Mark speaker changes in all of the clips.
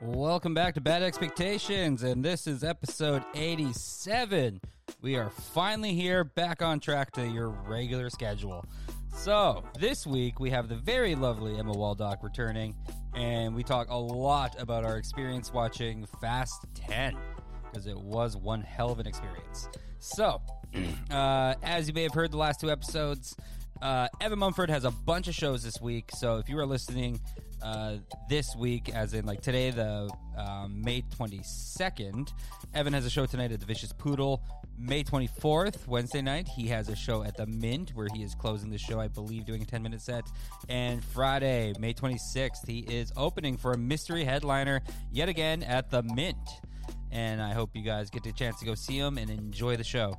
Speaker 1: Welcome back to Bad Expectations, and this is episode 87. We are finally here, back on track to your regular schedule. So, this week we have the very lovely Emma Waldock returning, and we talk a lot about our experience watching Fast 10 because it was one hell of an experience. So, uh, as you may have heard the last two episodes, uh, Evan Mumford has a bunch of shows this week. So if you are listening uh, this week, as in like today, the um, May 22nd, Evan has a show tonight at the Vicious Poodle. May 24th, Wednesday night, he has a show at the Mint where he is closing the show, I believe, doing a 10 minute set. And Friday, May 26th, he is opening for a mystery headliner yet again at the Mint. And I hope you guys get the chance to go see him and enjoy the show.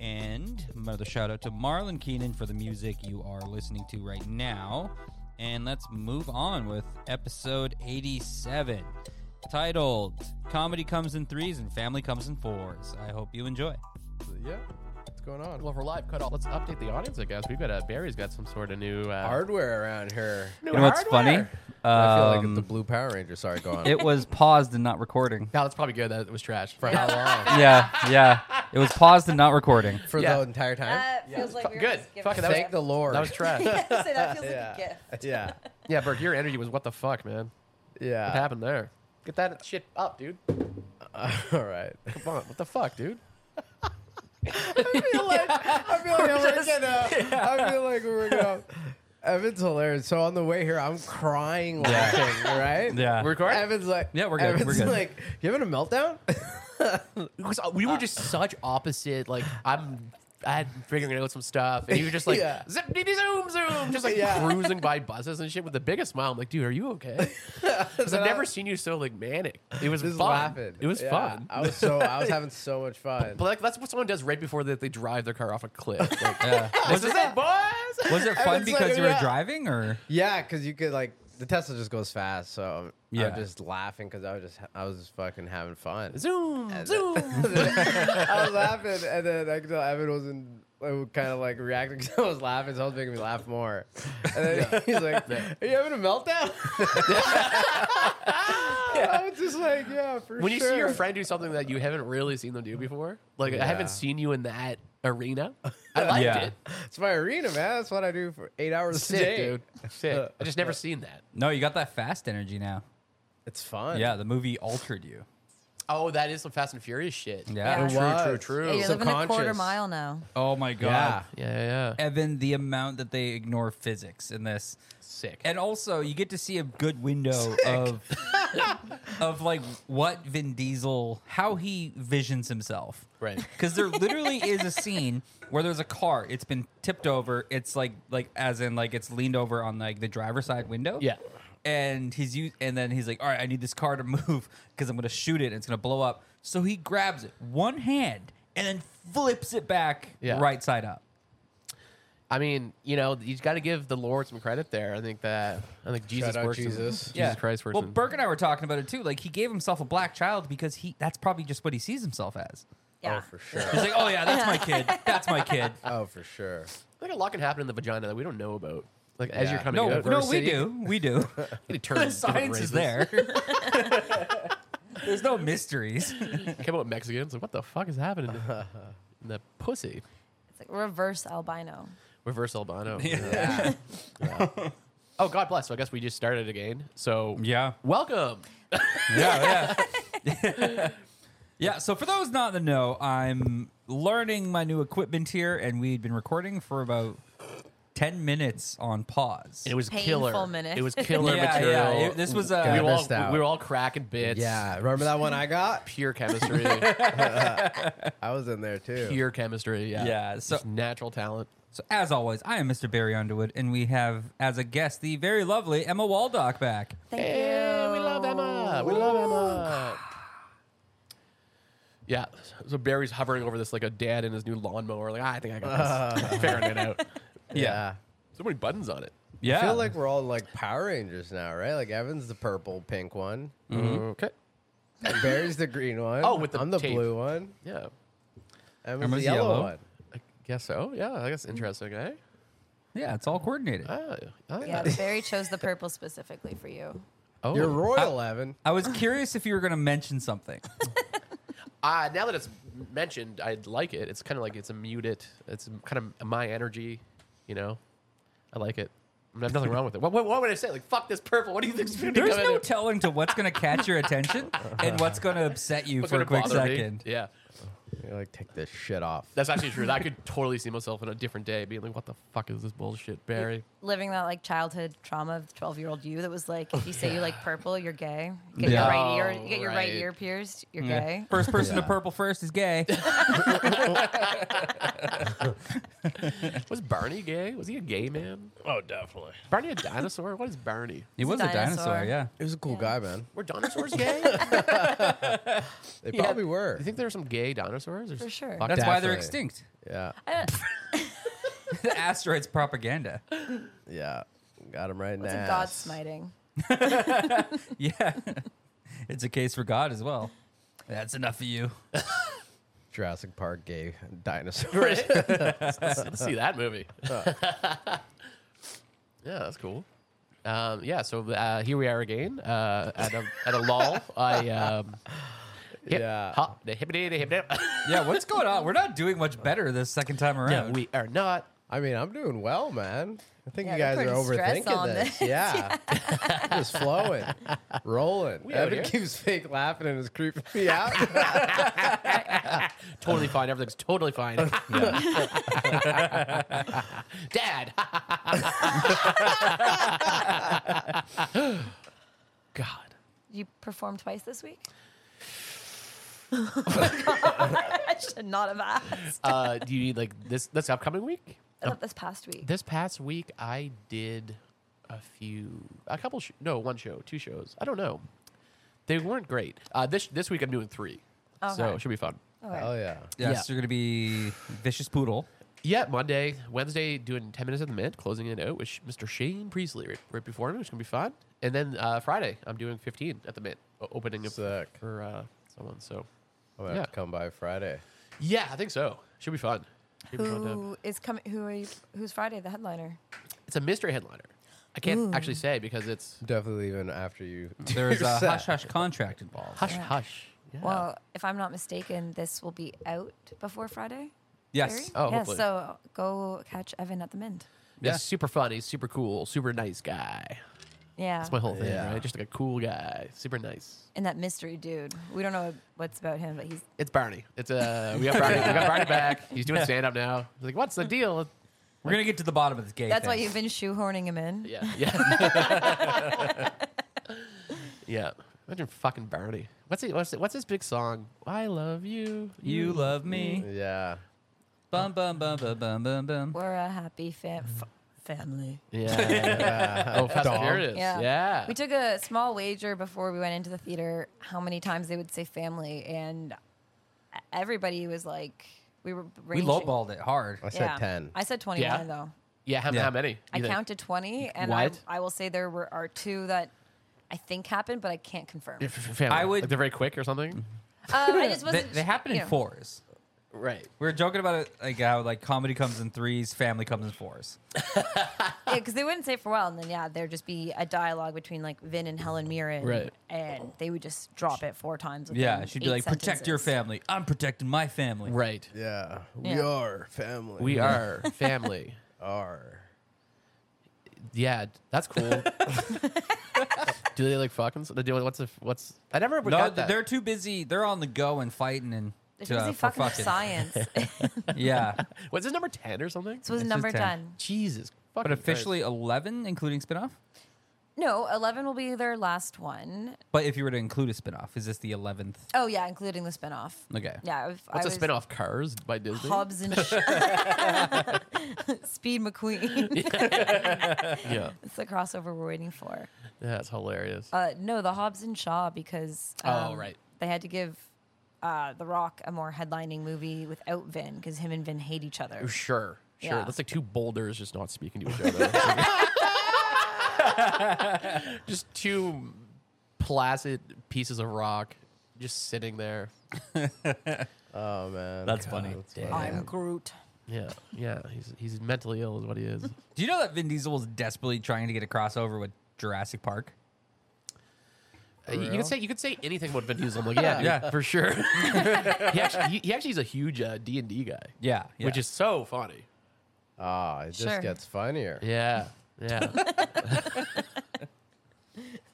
Speaker 1: And another shout out to Marlon Keenan for the music you are listening to right now. And let's move on with episode 87, titled Comedy Comes in Threes and Family Comes in Fours. I hope you enjoy.
Speaker 2: Yeah. What's going on?
Speaker 3: Well, if we're live cut off, let's update the audience, I guess. We've got a, Barry's got some sort of new. Uh,
Speaker 2: Hardware around here.
Speaker 3: new
Speaker 1: You know what's funny?
Speaker 3: hardware.
Speaker 2: I feel like
Speaker 1: Um,
Speaker 2: it's the Blue Power Ranger. Sorry, go on.
Speaker 1: it was paused and not recording.
Speaker 3: No, that's probably good that it was trash.
Speaker 2: For how long?
Speaker 1: Yeah, yeah. It was paused and not recording.
Speaker 2: For
Speaker 3: Yeah.
Speaker 2: the entire time?
Speaker 4: That feels like we were
Speaker 3: Good.
Speaker 4: just giving
Speaker 3: Fuck it,
Speaker 4: a
Speaker 3: that was-
Speaker 2: Thank
Speaker 4: gift.
Speaker 2: the Lord.
Speaker 3: that was trash.
Speaker 4: Say that feels
Speaker 2: Yeah.
Speaker 4: like a gift.
Speaker 2: yeah.
Speaker 3: yeah, Burke, your energy was what the fuck, man? What
Speaker 2: Yeah.
Speaker 3: happened there? Uh, Get that shit up, dude.
Speaker 2: All right.
Speaker 3: Come on, what the fuck, dude?
Speaker 2: I feel like we're gonna. I feel like we're gonna. Evan's hilarious. So on the way here, I'm crying laughing, right?
Speaker 1: Yeah.
Speaker 3: We're recording?
Speaker 2: Evan's like,
Speaker 1: Yeah, we're good,
Speaker 2: Evan's
Speaker 1: we're good.
Speaker 2: like, you having a meltdown?
Speaker 3: Because uh, we were just such opposite. Like, I'm. I had figuring out some stuff, and you were just like
Speaker 2: Yeah.
Speaker 3: zip dee dee zoom zoom, just like
Speaker 2: Yeah.
Speaker 3: cruising by buses and shit with the biggest smile. I'm like, dude, are you okay? Because I've never seen you so like manic. It was
Speaker 2: just
Speaker 3: fun.
Speaker 2: laughing.
Speaker 3: It was
Speaker 2: Yeah,
Speaker 3: fun.
Speaker 2: I was so I was having so much fun.
Speaker 3: But like that's what someone does right before that they drive their car off a cliff. Like,
Speaker 1: Yeah.
Speaker 3: this is it, boys.
Speaker 1: Was it fun
Speaker 2: Evan's like,
Speaker 1: because you were
Speaker 2: yeah.
Speaker 1: driving or?
Speaker 2: Yeah, because you could like the Tesla just goes fast, so yeah.
Speaker 1: Yeah.
Speaker 2: I'm just laughing because I was just I was just fucking having fun.
Speaker 3: Zoom,
Speaker 2: And
Speaker 3: zoom.
Speaker 2: then- I was laughing, and then I could tell Evan wasn't kind of like reacting because I was laughing, so it was making me laugh more. And then he's like, "Are you having a meltdown?" I was just like, "Yeah, for
Speaker 3: when you
Speaker 2: sure."
Speaker 3: see your friend do something that you haven't really seen them do before, like I
Speaker 2: Yeah.
Speaker 3: haven't seen you in that arena. I liked
Speaker 1: Yeah.
Speaker 3: it.
Speaker 2: it's my arena, man. That's what I do for eight hours a
Speaker 3: Sick,
Speaker 2: day.
Speaker 3: dude. Sick. I just never seen that.
Speaker 1: No, you got that fast energy now.
Speaker 2: It's fun.
Speaker 1: Yeah, the movie altered you.
Speaker 3: Oh, that is some Fast and Furious shit.
Speaker 1: Yeah.
Speaker 4: Yeah.
Speaker 3: True,
Speaker 2: was.
Speaker 3: true, true.
Speaker 4: Yeah, you live in a quarter
Speaker 2: Subconscious.
Speaker 4: mile now.
Speaker 1: Oh my God.
Speaker 2: yeah.
Speaker 3: Yeah, yeah, yeah.
Speaker 1: Evan, the amount that they ignore physics in this.
Speaker 3: Sick.
Speaker 1: And also, you get to see a good window of of like what Vin Diesel, how he visions himself.
Speaker 3: Right.
Speaker 1: Because there literally is a scene where there's a car. It's been tipped over. It's like like as in like it's leaned over on like the driver's side window.
Speaker 3: Yeah.
Speaker 1: And he's u- and then he's like, all right, I need this car to move because I'm gonna shoot it and it's gonna blow up. So he grabs it one hand and then flips it back
Speaker 3: Yeah.
Speaker 1: right side up.
Speaker 3: I mean, you know, you got to give the Lord some credit there. I think that I think Jesus
Speaker 2: Shout out
Speaker 3: works. in-
Speaker 2: Jesus.
Speaker 3: Jesus Christ works.
Speaker 1: Well,
Speaker 3: in-
Speaker 1: Burke and I were talking about it too. Like he gave himself a black child because he that's probably just what he sees himself as.
Speaker 4: Yeah.
Speaker 2: Oh, for sure.
Speaker 1: He's like, "Oh yeah, that's my kid. That's my kid."
Speaker 2: oh, for sure.
Speaker 3: I think a lot can happen in the vagina that we don't know about. Like as
Speaker 2: Yeah.
Speaker 3: you're coming
Speaker 1: No,
Speaker 3: out,
Speaker 1: no, we do. We do.
Speaker 3: It turns
Speaker 1: Science is there. There's no mysteries.
Speaker 3: Came out with Mexicans. Like, what the fuck is happening? in the- in the pussy.
Speaker 4: It's like reverse albino.
Speaker 3: Reverse albino.
Speaker 2: Yeah.
Speaker 3: Oh, God bless. So I guess we just started again. So
Speaker 1: Yeah.
Speaker 3: welcome.
Speaker 1: Yeah, yeah. yeah, so for those not in the know, I'm learning my new equipment here and we'd been recording for about 10 minutes on pause.
Speaker 3: It was
Speaker 4: Painful
Speaker 3: killer.
Speaker 4: minute.
Speaker 3: It was killer
Speaker 1: yeah,
Speaker 3: material.
Speaker 1: yeah. It- this was uh,
Speaker 3: we,
Speaker 2: Yeah,
Speaker 3: were all,
Speaker 2: missed out.
Speaker 3: we were all cracking bits.
Speaker 2: Yeah, remember that one I got?
Speaker 3: Pure chemistry.
Speaker 2: I was in there too.
Speaker 3: pure chemistry. Yeah.
Speaker 1: Yeah, so-
Speaker 3: Just natural talent.
Speaker 1: So, as always, I am Mr. Barry Underwood, and we have as a guest the very lovely Emma Waldock back.
Speaker 4: Thank
Speaker 3: Hey,
Speaker 4: you.
Speaker 3: we love Emma. We love Emma. Yeah. So Barry's hovering over this like a dad in his new lawnmower. Like, "Ah, I think I got this. Figuring it out.
Speaker 2: yeah.
Speaker 3: So many buttons on it.
Speaker 1: Yeah.
Speaker 2: I feel like we're all like Power Rangers now, right? Like Evan's the purple pink one,
Speaker 3: Okay.
Speaker 2: Barry's the green one.
Speaker 3: Oh, with the
Speaker 2: I'm the
Speaker 3: tape.
Speaker 2: blue one.
Speaker 3: Yeah.
Speaker 2: Evan's
Speaker 1: Emma's
Speaker 2: the yellow,
Speaker 1: yellow.
Speaker 2: one.
Speaker 3: I guess so. Yeah. I guess interesting, eh?
Speaker 1: yeah, it's all coordinated.
Speaker 3: Oh, yeah.
Speaker 4: Yeah, Barry chose the purple specifically for you.
Speaker 3: Oh.
Speaker 2: You're royal, Evan.
Speaker 1: I was curious if you were going to mention something.
Speaker 3: Uh, now that it's mentioned, I like it. It's kind of like it's a mute it. It's kind of my energy, you know. I like it. I have nothing wrong with it. What, what, what would I say? Like, fuck this purple. What do you think's going to
Speaker 1: There's no telling to what's going to catch your attention and what's going to upset you for a quick second.
Speaker 3: Yeah,
Speaker 2: You're like, take this shit off.
Speaker 3: that's actually true. I could totally see myself on a different day being like, "What the fuck is this bullshit, Barry?"
Speaker 4: Living that like childhood trauma of twelve year old you that was like, if you say you like purple, you're gay. Get
Speaker 1: Yeah.
Speaker 4: your right ear,
Speaker 3: Oh,
Speaker 4: get your right
Speaker 3: right.
Speaker 4: ear pierced, you're
Speaker 1: Yeah.
Speaker 4: gay.
Speaker 1: First person to
Speaker 2: Yeah.
Speaker 1: purple first is gay.
Speaker 3: Was Barney gay? Was he a gay man?
Speaker 5: Oh, definitely.
Speaker 3: Barney a dinosaur? What is Barney?
Speaker 1: He was a dinosaur,
Speaker 4: dinosaur.
Speaker 1: yeah.
Speaker 2: He was a cool guy, man.
Speaker 3: Were dinosaurs gay? Do
Speaker 2: They probably were.
Speaker 3: you think there are some gay dinosaurs? Or
Speaker 4: For sure.
Speaker 3: Fuck
Speaker 1: That's why they're
Speaker 2: Definitely.
Speaker 1: extinct.
Speaker 2: Yeah,
Speaker 1: the asteroids propaganda.
Speaker 2: yeah. Got him right
Speaker 4: It's
Speaker 2: now.
Speaker 4: a god smiting.
Speaker 1: Yeah. it's a case for God as well. That's enough of you.
Speaker 2: Jurassic Park gay dinosaurs.
Speaker 3: Let's see that movie. yeah, that's cool. Um, yeah, so uh, here we are again uh, at a at a lull. I um, hip,
Speaker 2: Yeah.
Speaker 3: hop, the hippity, the hippity.
Speaker 1: Yeah, what's going on? We're not doing much better this second time
Speaker 3: no,
Speaker 1: around.
Speaker 3: we are not.
Speaker 2: I mean, I'm doing well, man. I think
Speaker 4: Yeah,
Speaker 2: you
Speaker 4: we're
Speaker 2: guys are
Speaker 4: pretty stressed
Speaker 2: overthinking
Speaker 4: on
Speaker 2: this.
Speaker 4: this.
Speaker 2: Yeah. Just flowing, rolling.
Speaker 3: out
Speaker 2: Evan
Speaker 3: here.
Speaker 2: keeps fake laughing and it's creeping me out.
Speaker 3: Totally fine. Everything's totally fine. Dad. God.
Speaker 4: You performed twice this week. I should not have asked.
Speaker 3: Uh, do you need like this this upcoming week?
Speaker 4: I thought this past week.
Speaker 3: This past week, I did a few, a couple, sh- no, one show, two shows. I don't know. They weren't great. Uh, this this week, I'm doing three, so
Speaker 4: Okay.
Speaker 3: it should be fun.
Speaker 4: Okay.
Speaker 2: Oh yeah.
Speaker 1: yes,
Speaker 3: yeah.
Speaker 1: you're going to be Vicious Poodle.
Speaker 3: Yeah, Monday, Wednesday, doing ten minutes at the mint, closing it out with Sh- Mr. Shane Priestley right, right before me, which is gonna be fun. And then uh, Friday, I'm doing fifteen at the mint, o- opening up
Speaker 2: Sick.
Speaker 3: for uh, someone. So
Speaker 2: I'm gonna have
Speaker 3: Yeah.
Speaker 2: to come by Friday.
Speaker 3: yeah, I think so. Should be fun. Should be fun time.
Speaker 4: Who is coming? Who are you? Who's Friday? The headliner.
Speaker 3: It's a mystery headliner. I can't actually say because it's
Speaker 2: Definitely leaving after you. do
Speaker 1: There's
Speaker 2: your
Speaker 1: a
Speaker 2: set.
Speaker 1: hush hush contract involved.
Speaker 3: hush
Speaker 4: Yeah.
Speaker 3: hush. Yeah.
Speaker 4: Well, if I'm not mistaken, this will be out before Friday.
Speaker 1: Yes.
Speaker 4: Barry?
Speaker 3: Oh,
Speaker 4: yeah.
Speaker 3: hopefully.
Speaker 4: So go catch Evan at the Mint.
Speaker 1: Yeah.
Speaker 3: He's super fun. He's super cool. Super nice guy.
Speaker 4: Yeah.
Speaker 3: That's my whole thing,
Speaker 2: Yeah.
Speaker 3: right? Just like a cool guy, super nice.
Speaker 4: and that mystery dude. We don't know what's about him, but he's
Speaker 3: It's Barney. It's uh, we got Barney. we got Barney back. He's doing stand up now. He's like, what's the deal?
Speaker 1: We're going to get to the bottom of this game.
Speaker 4: that's why you've been shoehorning him in.
Speaker 3: Yeah, yeah, yeah. Imagine fucking Barney. What's he, what's what's his big song? I love you.
Speaker 1: You love
Speaker 3: Mm.
Speaker 1: me.
Speaker 2: Yeah.
Speaker 1: Bum, bum, bum, bum, bum, bum, bum.
Speaker 4: We're a happy fam-
Speaker 3: Mm-hmm.
Speaker 4: f- family.
Speaker 3: Yeah. oh, Fast and Furious.
Speaker 4: Yeah.
Speaker 3: Yeah.
Speaker 4: We took a small wager before we went into the theater how many times they would say family, and everybody was like, we were.
Speaker 1: We
Speaker 4: Ranging.
Speaker 1: lowballed it hard.
Speaker 2: I said ten.
Speaker 4: I said 21,
Speaker 3: Yeah.
Speaker 4: though.
Speaker 3: yeah. How,
Speaker 1: Yeah.
Speaker 3: how many?
Speaker 4: I
Speaker 3: You think?
Speaker 4: counted 20, and I,
Speaker 3: What?
Speaker 4: I will say there were are two that I think happened, but I can't confirm.
Speaker 3: F- f- family.
Speaker 1: I would-
Speaker 3: Like they're very quick or something.
Speaker 4: Um, I just
Speaker 1: They,
Speaker 4: wasn't,
Speaker 1: they happen in
Speaker 4: you know.
Speaker 1: fours.
Speaker 3: Right.
Speaker 1: We were joking about it, like how like comedy comes in threes, family comes in fours.
Speaker 4: Yeah, because they wouldn't say it for a while, and then yeah, there'd just be a dialogue between like Vin and Helen Mirren,
Speaker 3: Right.
Speaker 4: and they would just drop it four times.
Speaker 1: Yeah,
Speaker 4: within
Speaker 1: she'd be like,
Speaker 4: eight
Speaker 1: protect your
Speaker 4: sentences."
Speaker 1: family. I'm protecting my family.
Speaker 3: Right.
Speaker 2: Yeah. We
Speaker 4: Yeah.
Speaker 2: are family.
Speaker 3: We are family.
Speaker 2: are.
Speaker 3: Yeah, that's cool. do they like fucking? They do, what's the what's? I never
Speaker 1: No,
Speaker 3: got that.
Speaker 1: they're too busy. They're on the go and fighting and
Speaker 4: They're
Speaker 1: to, uh,
Speaker 4: busy
Speaker 1: for
Speaker 4: fucking with science. this
Speaker 1: Yeah,
Speaker 3: Was this number ten or something?
Speaker 4: was
Speaker 1: This is
Speaker 4: number
Speaker 1: 10.
Speaker 4: ten.
Speaker 3: Jesus, fucking
Speaker 1: but officially eleven, including spinoff.
Speaker 4: No, eleven will be their last one.
Speaker 1: But if you were to include a spinoff, is this the eleventh?
Speaker 4: Oh yeah, including the spinoff.
Speaker 1: Okay.
Speaker 4: Yeah, if
Speaker 3: Christ.
Speaker 4: I
Speaker 3: what's a
Speaker 4: was
Speaker 3: spinoff? Cars by Disney.
Speaker 4: Hobbs and Sh- Speed McQueen.
Speaker 3: Yeah,
Speaker 4: it's the crossover we're waiting for.
Speaker 3: that's hilarious.
Speaker 4: Uh, no, the Hobbs and Shaw because
Speaker 3: Oh,
Speaker 4: um,
Speaker 3: right.
Speaker 4: they had to give uh, The Rock a more headlining movie without Vin because him and Vin hate each
Speaker 3: Oh, sure,
Speaker 4: other.
Speaker 3: sure.
Speaker 4: yeah.
Speaker 3: That's like two boulders just not speaking to each other. just two placid pieces of rock just sitting there.
Speaker 2: Oh man.
Speaker 1: That's funny.
Speaker 4: I'm Groot.
Speaker 3: Yeah, yeah. He's he's mentally ill, is what he is.
Speaker 1: Do you know that Vin Diesel was desperately trying to get a crossover with Jurassic Park?
Speaker 3: Uh, You you
Speaker 2: real?
Speaker 3: could say you could say anything about Vin Diesel. I'm like, yeah, yeah, for sure. he, actually, he, he actually is a huge uh, D and D guy,
Speaker 1: Yeah, yeah.
Speaker 3: which is so funny.
Speaker 2: Ah, it just
Speaker 4: Sure.
Speaker 2: gets funnier.
Speaker 3: Yeah, yeah.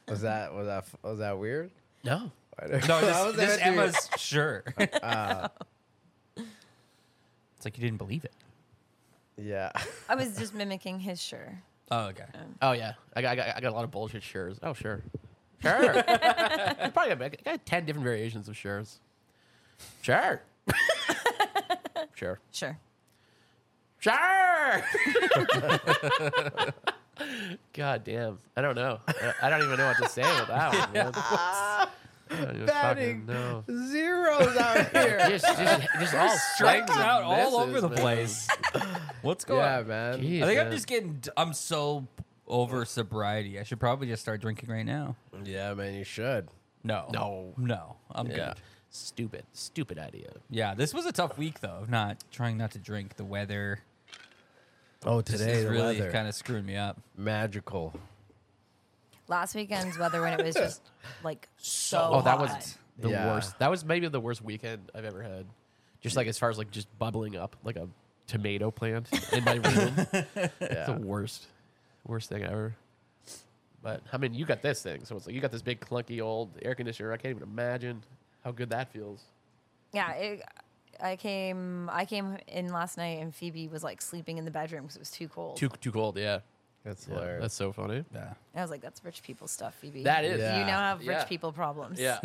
Speaker 2: Was that was that was that weird?
Speaker 3: no,
Speaker 1: no.
Speaker 2: I
Speaker 1: This,
Speaker 2: was
Speaker 1: this
Speaker 2: actually-
Speaker 1: Emma's sure. it's like you didn't believe it.
Speaker 2: Yeah.
Speaker 4: I was just mimicking his sure.
Speaker 1: Oh, okay.
Speaker 3: oh yeah, I got, I got I got a lot of bullshit shares. Oh sure, sure. I probably got, I got ten different variations of shares. Sure, sure,
Speaker 4: Sure.
Speaker 3: sure. God damn, I don't know. I- I don't even know what to say about that one. Man. I don't even
Speaker 2: Batting.
Speaker 3: fucking know.
Speaker 2: Zeros out here.
Speaker 3: just, just, just all
Speaker 1: Strikes
Speaker 3: swings and
Speaker 1: out all over
Speaker 3: misses,
Speaker 1: the
Speaker 3: man.
Speaker 1: place. What's going
Speaker 2: yeah,
Speaker 1: on?
Speaker 2: man.
Speaker 3: Jeez,
Speaker 1: I think I'm
Speaker 3: man.
Speaker 1: just getting. I'm so over sobriety. I should probably just start drinking right now.
Speaker 2: Yeah, man, you should.
Speaker 1: No,
Speaker 3: No.
Speaker 1: no. I'm
Speaker 3: yeah.
Speaker 1: good.
Speaker 3: Stupid, stupid idea.
Speaker 1: Yeah, this was a tough week though. of Not trying not to drink. The weather.
Speaker 2: Oh,
Speaker 1: This
Speaker 2: today
Speaker 1: is
Speaker 2: the
Speaker 1: really
Speaker 2: weather.
Speaker 1: kind of screwed me up.
Speaker 2: magical.
Speaker 4: Last weekend's weather when it was just like so.
Speaker 3: Oh, that
Speaker 4: hot.
Speaker 3: was the
Speaker 2: Yeah.
Speaker 3: worst. That was maybe the worst weekend I've ever had. Just like as far as like just bubbling up like a tomato plant in my room. It's the worst, worst thing ever. But I mean, you got this thing, so it's like you got this big clunky old air conditioner. I can't even imagine how good that feels.
Speaker 4: Yeah, it, I came. I came in last night, and Phoebe was like sleeping in the bedroom because it was too cold.
Speaker 3: Too too cold, yeah.
Speaker 2: That's
Speaker 3: Yeah,
Speaker 2: hilarious.
Speaker 3: that's so funny.
Speaker 1: Yeah.
Speaker 4: I was like, "That's rich people stuff, Phoebe.
Speaker 3: That is-
Speaker 4: You now have rich
Speaker 3: Yeah.
Speaker 4: people problems.
Speaker 3: Yeah,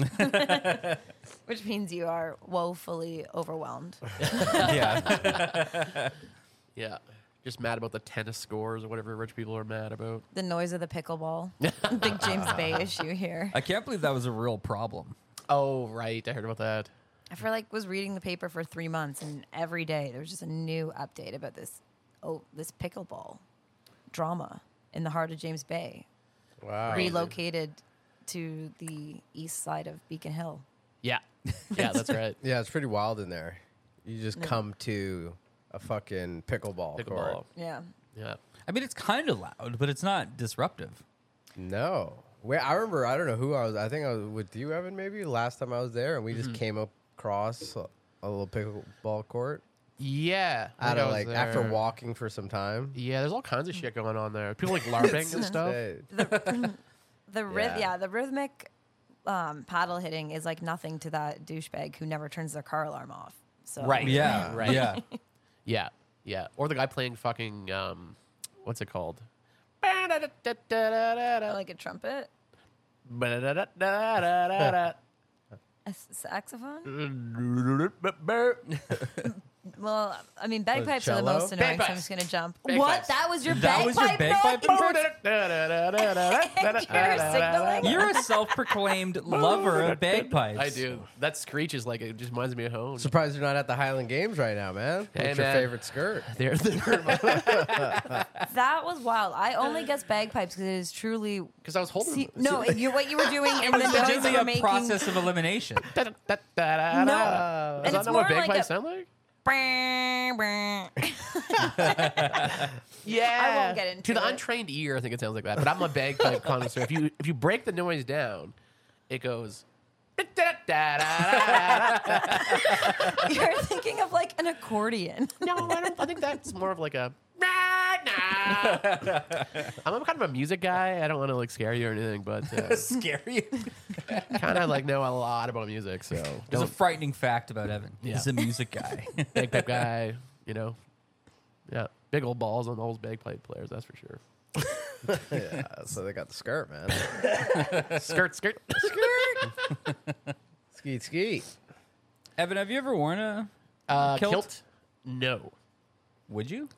Speaker 4: which means you are woefully overwhelmed.
Speaker 1: yeah.
Speaker 3: yeah. Just mad about the tennis scores or whatever rich people are mad about.
Speaker 4: the noise of the pickleball. Big James Bay issue here.
Speaker 1: I can't believe that was a real problem.
Speaker 3: Oh right, I heard about that.
Speaker 4: I feel like was reading the paper for three months, and every day there was just a new update about this. Oh, this pickleball drama in the heart of James Bay,
Speaker 2: wow.
Speaker 4: relocated to the east side of Beacon Hill.
Speaker 3: Yeah, yeah, that's right.
Speaker 2: Yeah, it's pretty wild in there. You just come to a fucking pickleball,
Speaker 3: Pickleball.
Speaker 2: court.
Speaker 4: Yeah,
Speaker 3: Yeah.
Speaker 1: I mean, it's kind of loud, but it's not disruptive.
Speaker 2: No. Wait, I remember. I don't know who I was. I think I was with you, Evan. Maybe last time I was there, and we
Speaker 3: Mm-hmm.
Speaker 2: just came across a, a little pickleball court
Speaker 3: Yeah.
Speaker 2: out
Speaker 3: I think I
Speaker 2: of
Speaker 3: was
Speaker 2: like after
Speaker 3: there.
Speaker 2: walking for some time.
Speaker 3: Yeah, there's all kinds of shit going on there. People like LARPing and stuff.
Speaker 2: Hey,
Speaker 4: the
Speaker 2: Yeah.
Speaker 4: rhythm. Yeah, the rhythmic um, paddle hitting is like nothing to that douchebag who never turns their car alarm off. So
Speaker 3: Right.
Speaker 1: Yeah.
Speaker 3: Right.
Speaker 1: Yeah.
Speaker 3: Yeah. Yeah. Or the guy playing fucking um, what's it called? Like-
Speaker 4: like a trumpet, a s- saxophone.
Speaker 2: Mm-hmm.
Speaker 4: Well, I mean, bagpipes are the
Speaker 2: cello?
Speaker 4: most annoying, so I'm
Speaker 3: Bagpipes.
Speaker 4: just going to jump.
Speaker 3: Bagpipes.
Speaker 4: What? That was your
Speaker 1: That was your
Speaker 4: bagpipe?
Speaker 1: bagpipe
Speaker 4: noise? signaling?
Speaker 1: You're a self-proclaimed lover of bagpipes.
Speaker 3: I do. That screech is like it just reminds me of home.
Speaker 2: surprised you're not at the Highland Games right now, man.
Speaker 3: Hey,
Speaker 2: What's
Speaker 3: man.
Speaker 2: your favorite skirt?
Speaker 3: There- there-
Speaker 4: That was wild. I only guess bagpipes because it is truly.
Speaker 3: 'Cause I was holding.
Speaker 4: See, no, you, what you were doing and the
Speaker 1: It's
Speaker 4: noise
Speaker 1: legitimately
Speaker 4: you were
Speaker 1: a
Speaker 4: making.
Speaker 1: process of elimination.
Speaker 3: Da- da- da- da- da- da.
Speaker 4: And
Speaker 3: Is that
Speaker 4: it's
Speaker 3: not what
Speaker 4: more like
Speaker 3: bagpipes
Speaker 4: a-
Speaker 3: sound like? Yeah,
Speaker 4: get into
Speaker 3: to the
Speaker 4: it.
Speaker 3: untrained ear. I think it sounds like that, but I'm a bagpipe connoisseur. If you if you break the noise down, it goes.
Speaker 4: You're thinking of like an accordion.
Speaker 3: no, I, don't, I think that's more of like a. I'm a kind of a music guy. I don't want to like scare you or anything, but uh,
Speaker 1: Scary.
Speaker 3: kind of like know a lot about music. So
Speaker 1: There's a
Speaker 3: don't
Speaker 1: frightening fact about Evan.
Speaker 3: Yeah.
Speaker 1: He's a music guy.
Speaker 3: bagpipe guy. You know, yeah, big old balls on those bagpipe players. That's for sure.
Speaker 2: yeah, so they got the skirt, man.
Speaker 3: Skirt, skirt.
Speaker 2: skeet, skeet.
Speaker 1: Evan, have you ever worn a?
Speaker 3: Uh,
Speaker 1: Kilt?
Speaker 3: kilt? No.
Speaker 1: Would you?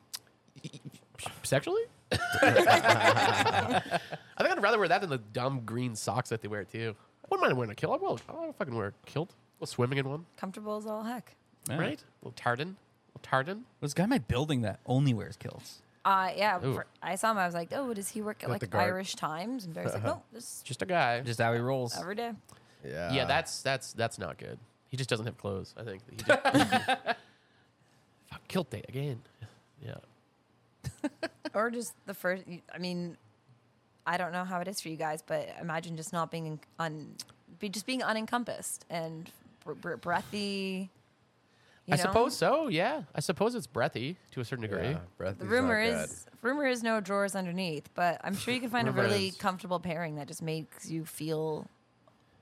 Speaker 3: Sexually? I think I'd rather wear that than the dumb green socks that they wear too. I wouldn't mind wearing a kilt. I will. I'll fucking wear a kilt. Well, swimming in one,
Speaker 4: Comfortable as all heck.
Speaker 1: Yeah.
Speaker 3: right? A little tartan. A little tartan.
Speaker 1: There's a guy in my building that only wears kilts.
Speaker 4: Uh, yeah,
Speaker 3: Ooh.
Speaker 4: for- I saw him. I was like, oh, does he work at
Speaker 2: Got the
Speaker 4: like
Speaker 2: guard.
Speaker 4: Irish Times? And Barry's like,
Speaker 1: Uh-huh.
Speaker 4: no, this
Speaker 3: Just a guy.
Speaker 1: Just uh, how he rolls.
Speaker 4: every day.
Speaker 2: Yeah.
Speaker 3: yeah, that's that's that's not good. He just doesn't have clothes. I think. He just, fuck kilt day again. Yeah.
Speaker 4: Or just the first. I mean, I don't know how it is for you guys, but imagine just not being un, be just being unencompassed and br- br- breathy. you
Speaker 3: I
Speaker 4: know?
Speaker 3: suppose so. Yeah, I suppose it's breathy to a certain degree.
Speaker 2: Yeah, breath
Speaker 4: The
Speaker 2: is not
Speaker 4: rumor
Speaker 2: good.
Speaker 4: is rumor is no drawers underneath, but I'm sure you can find a
Speaker 3: Rumor
Speaker 4: really
Speaker 3: is.
Speaker 4: comfortable pairing that just makes you feel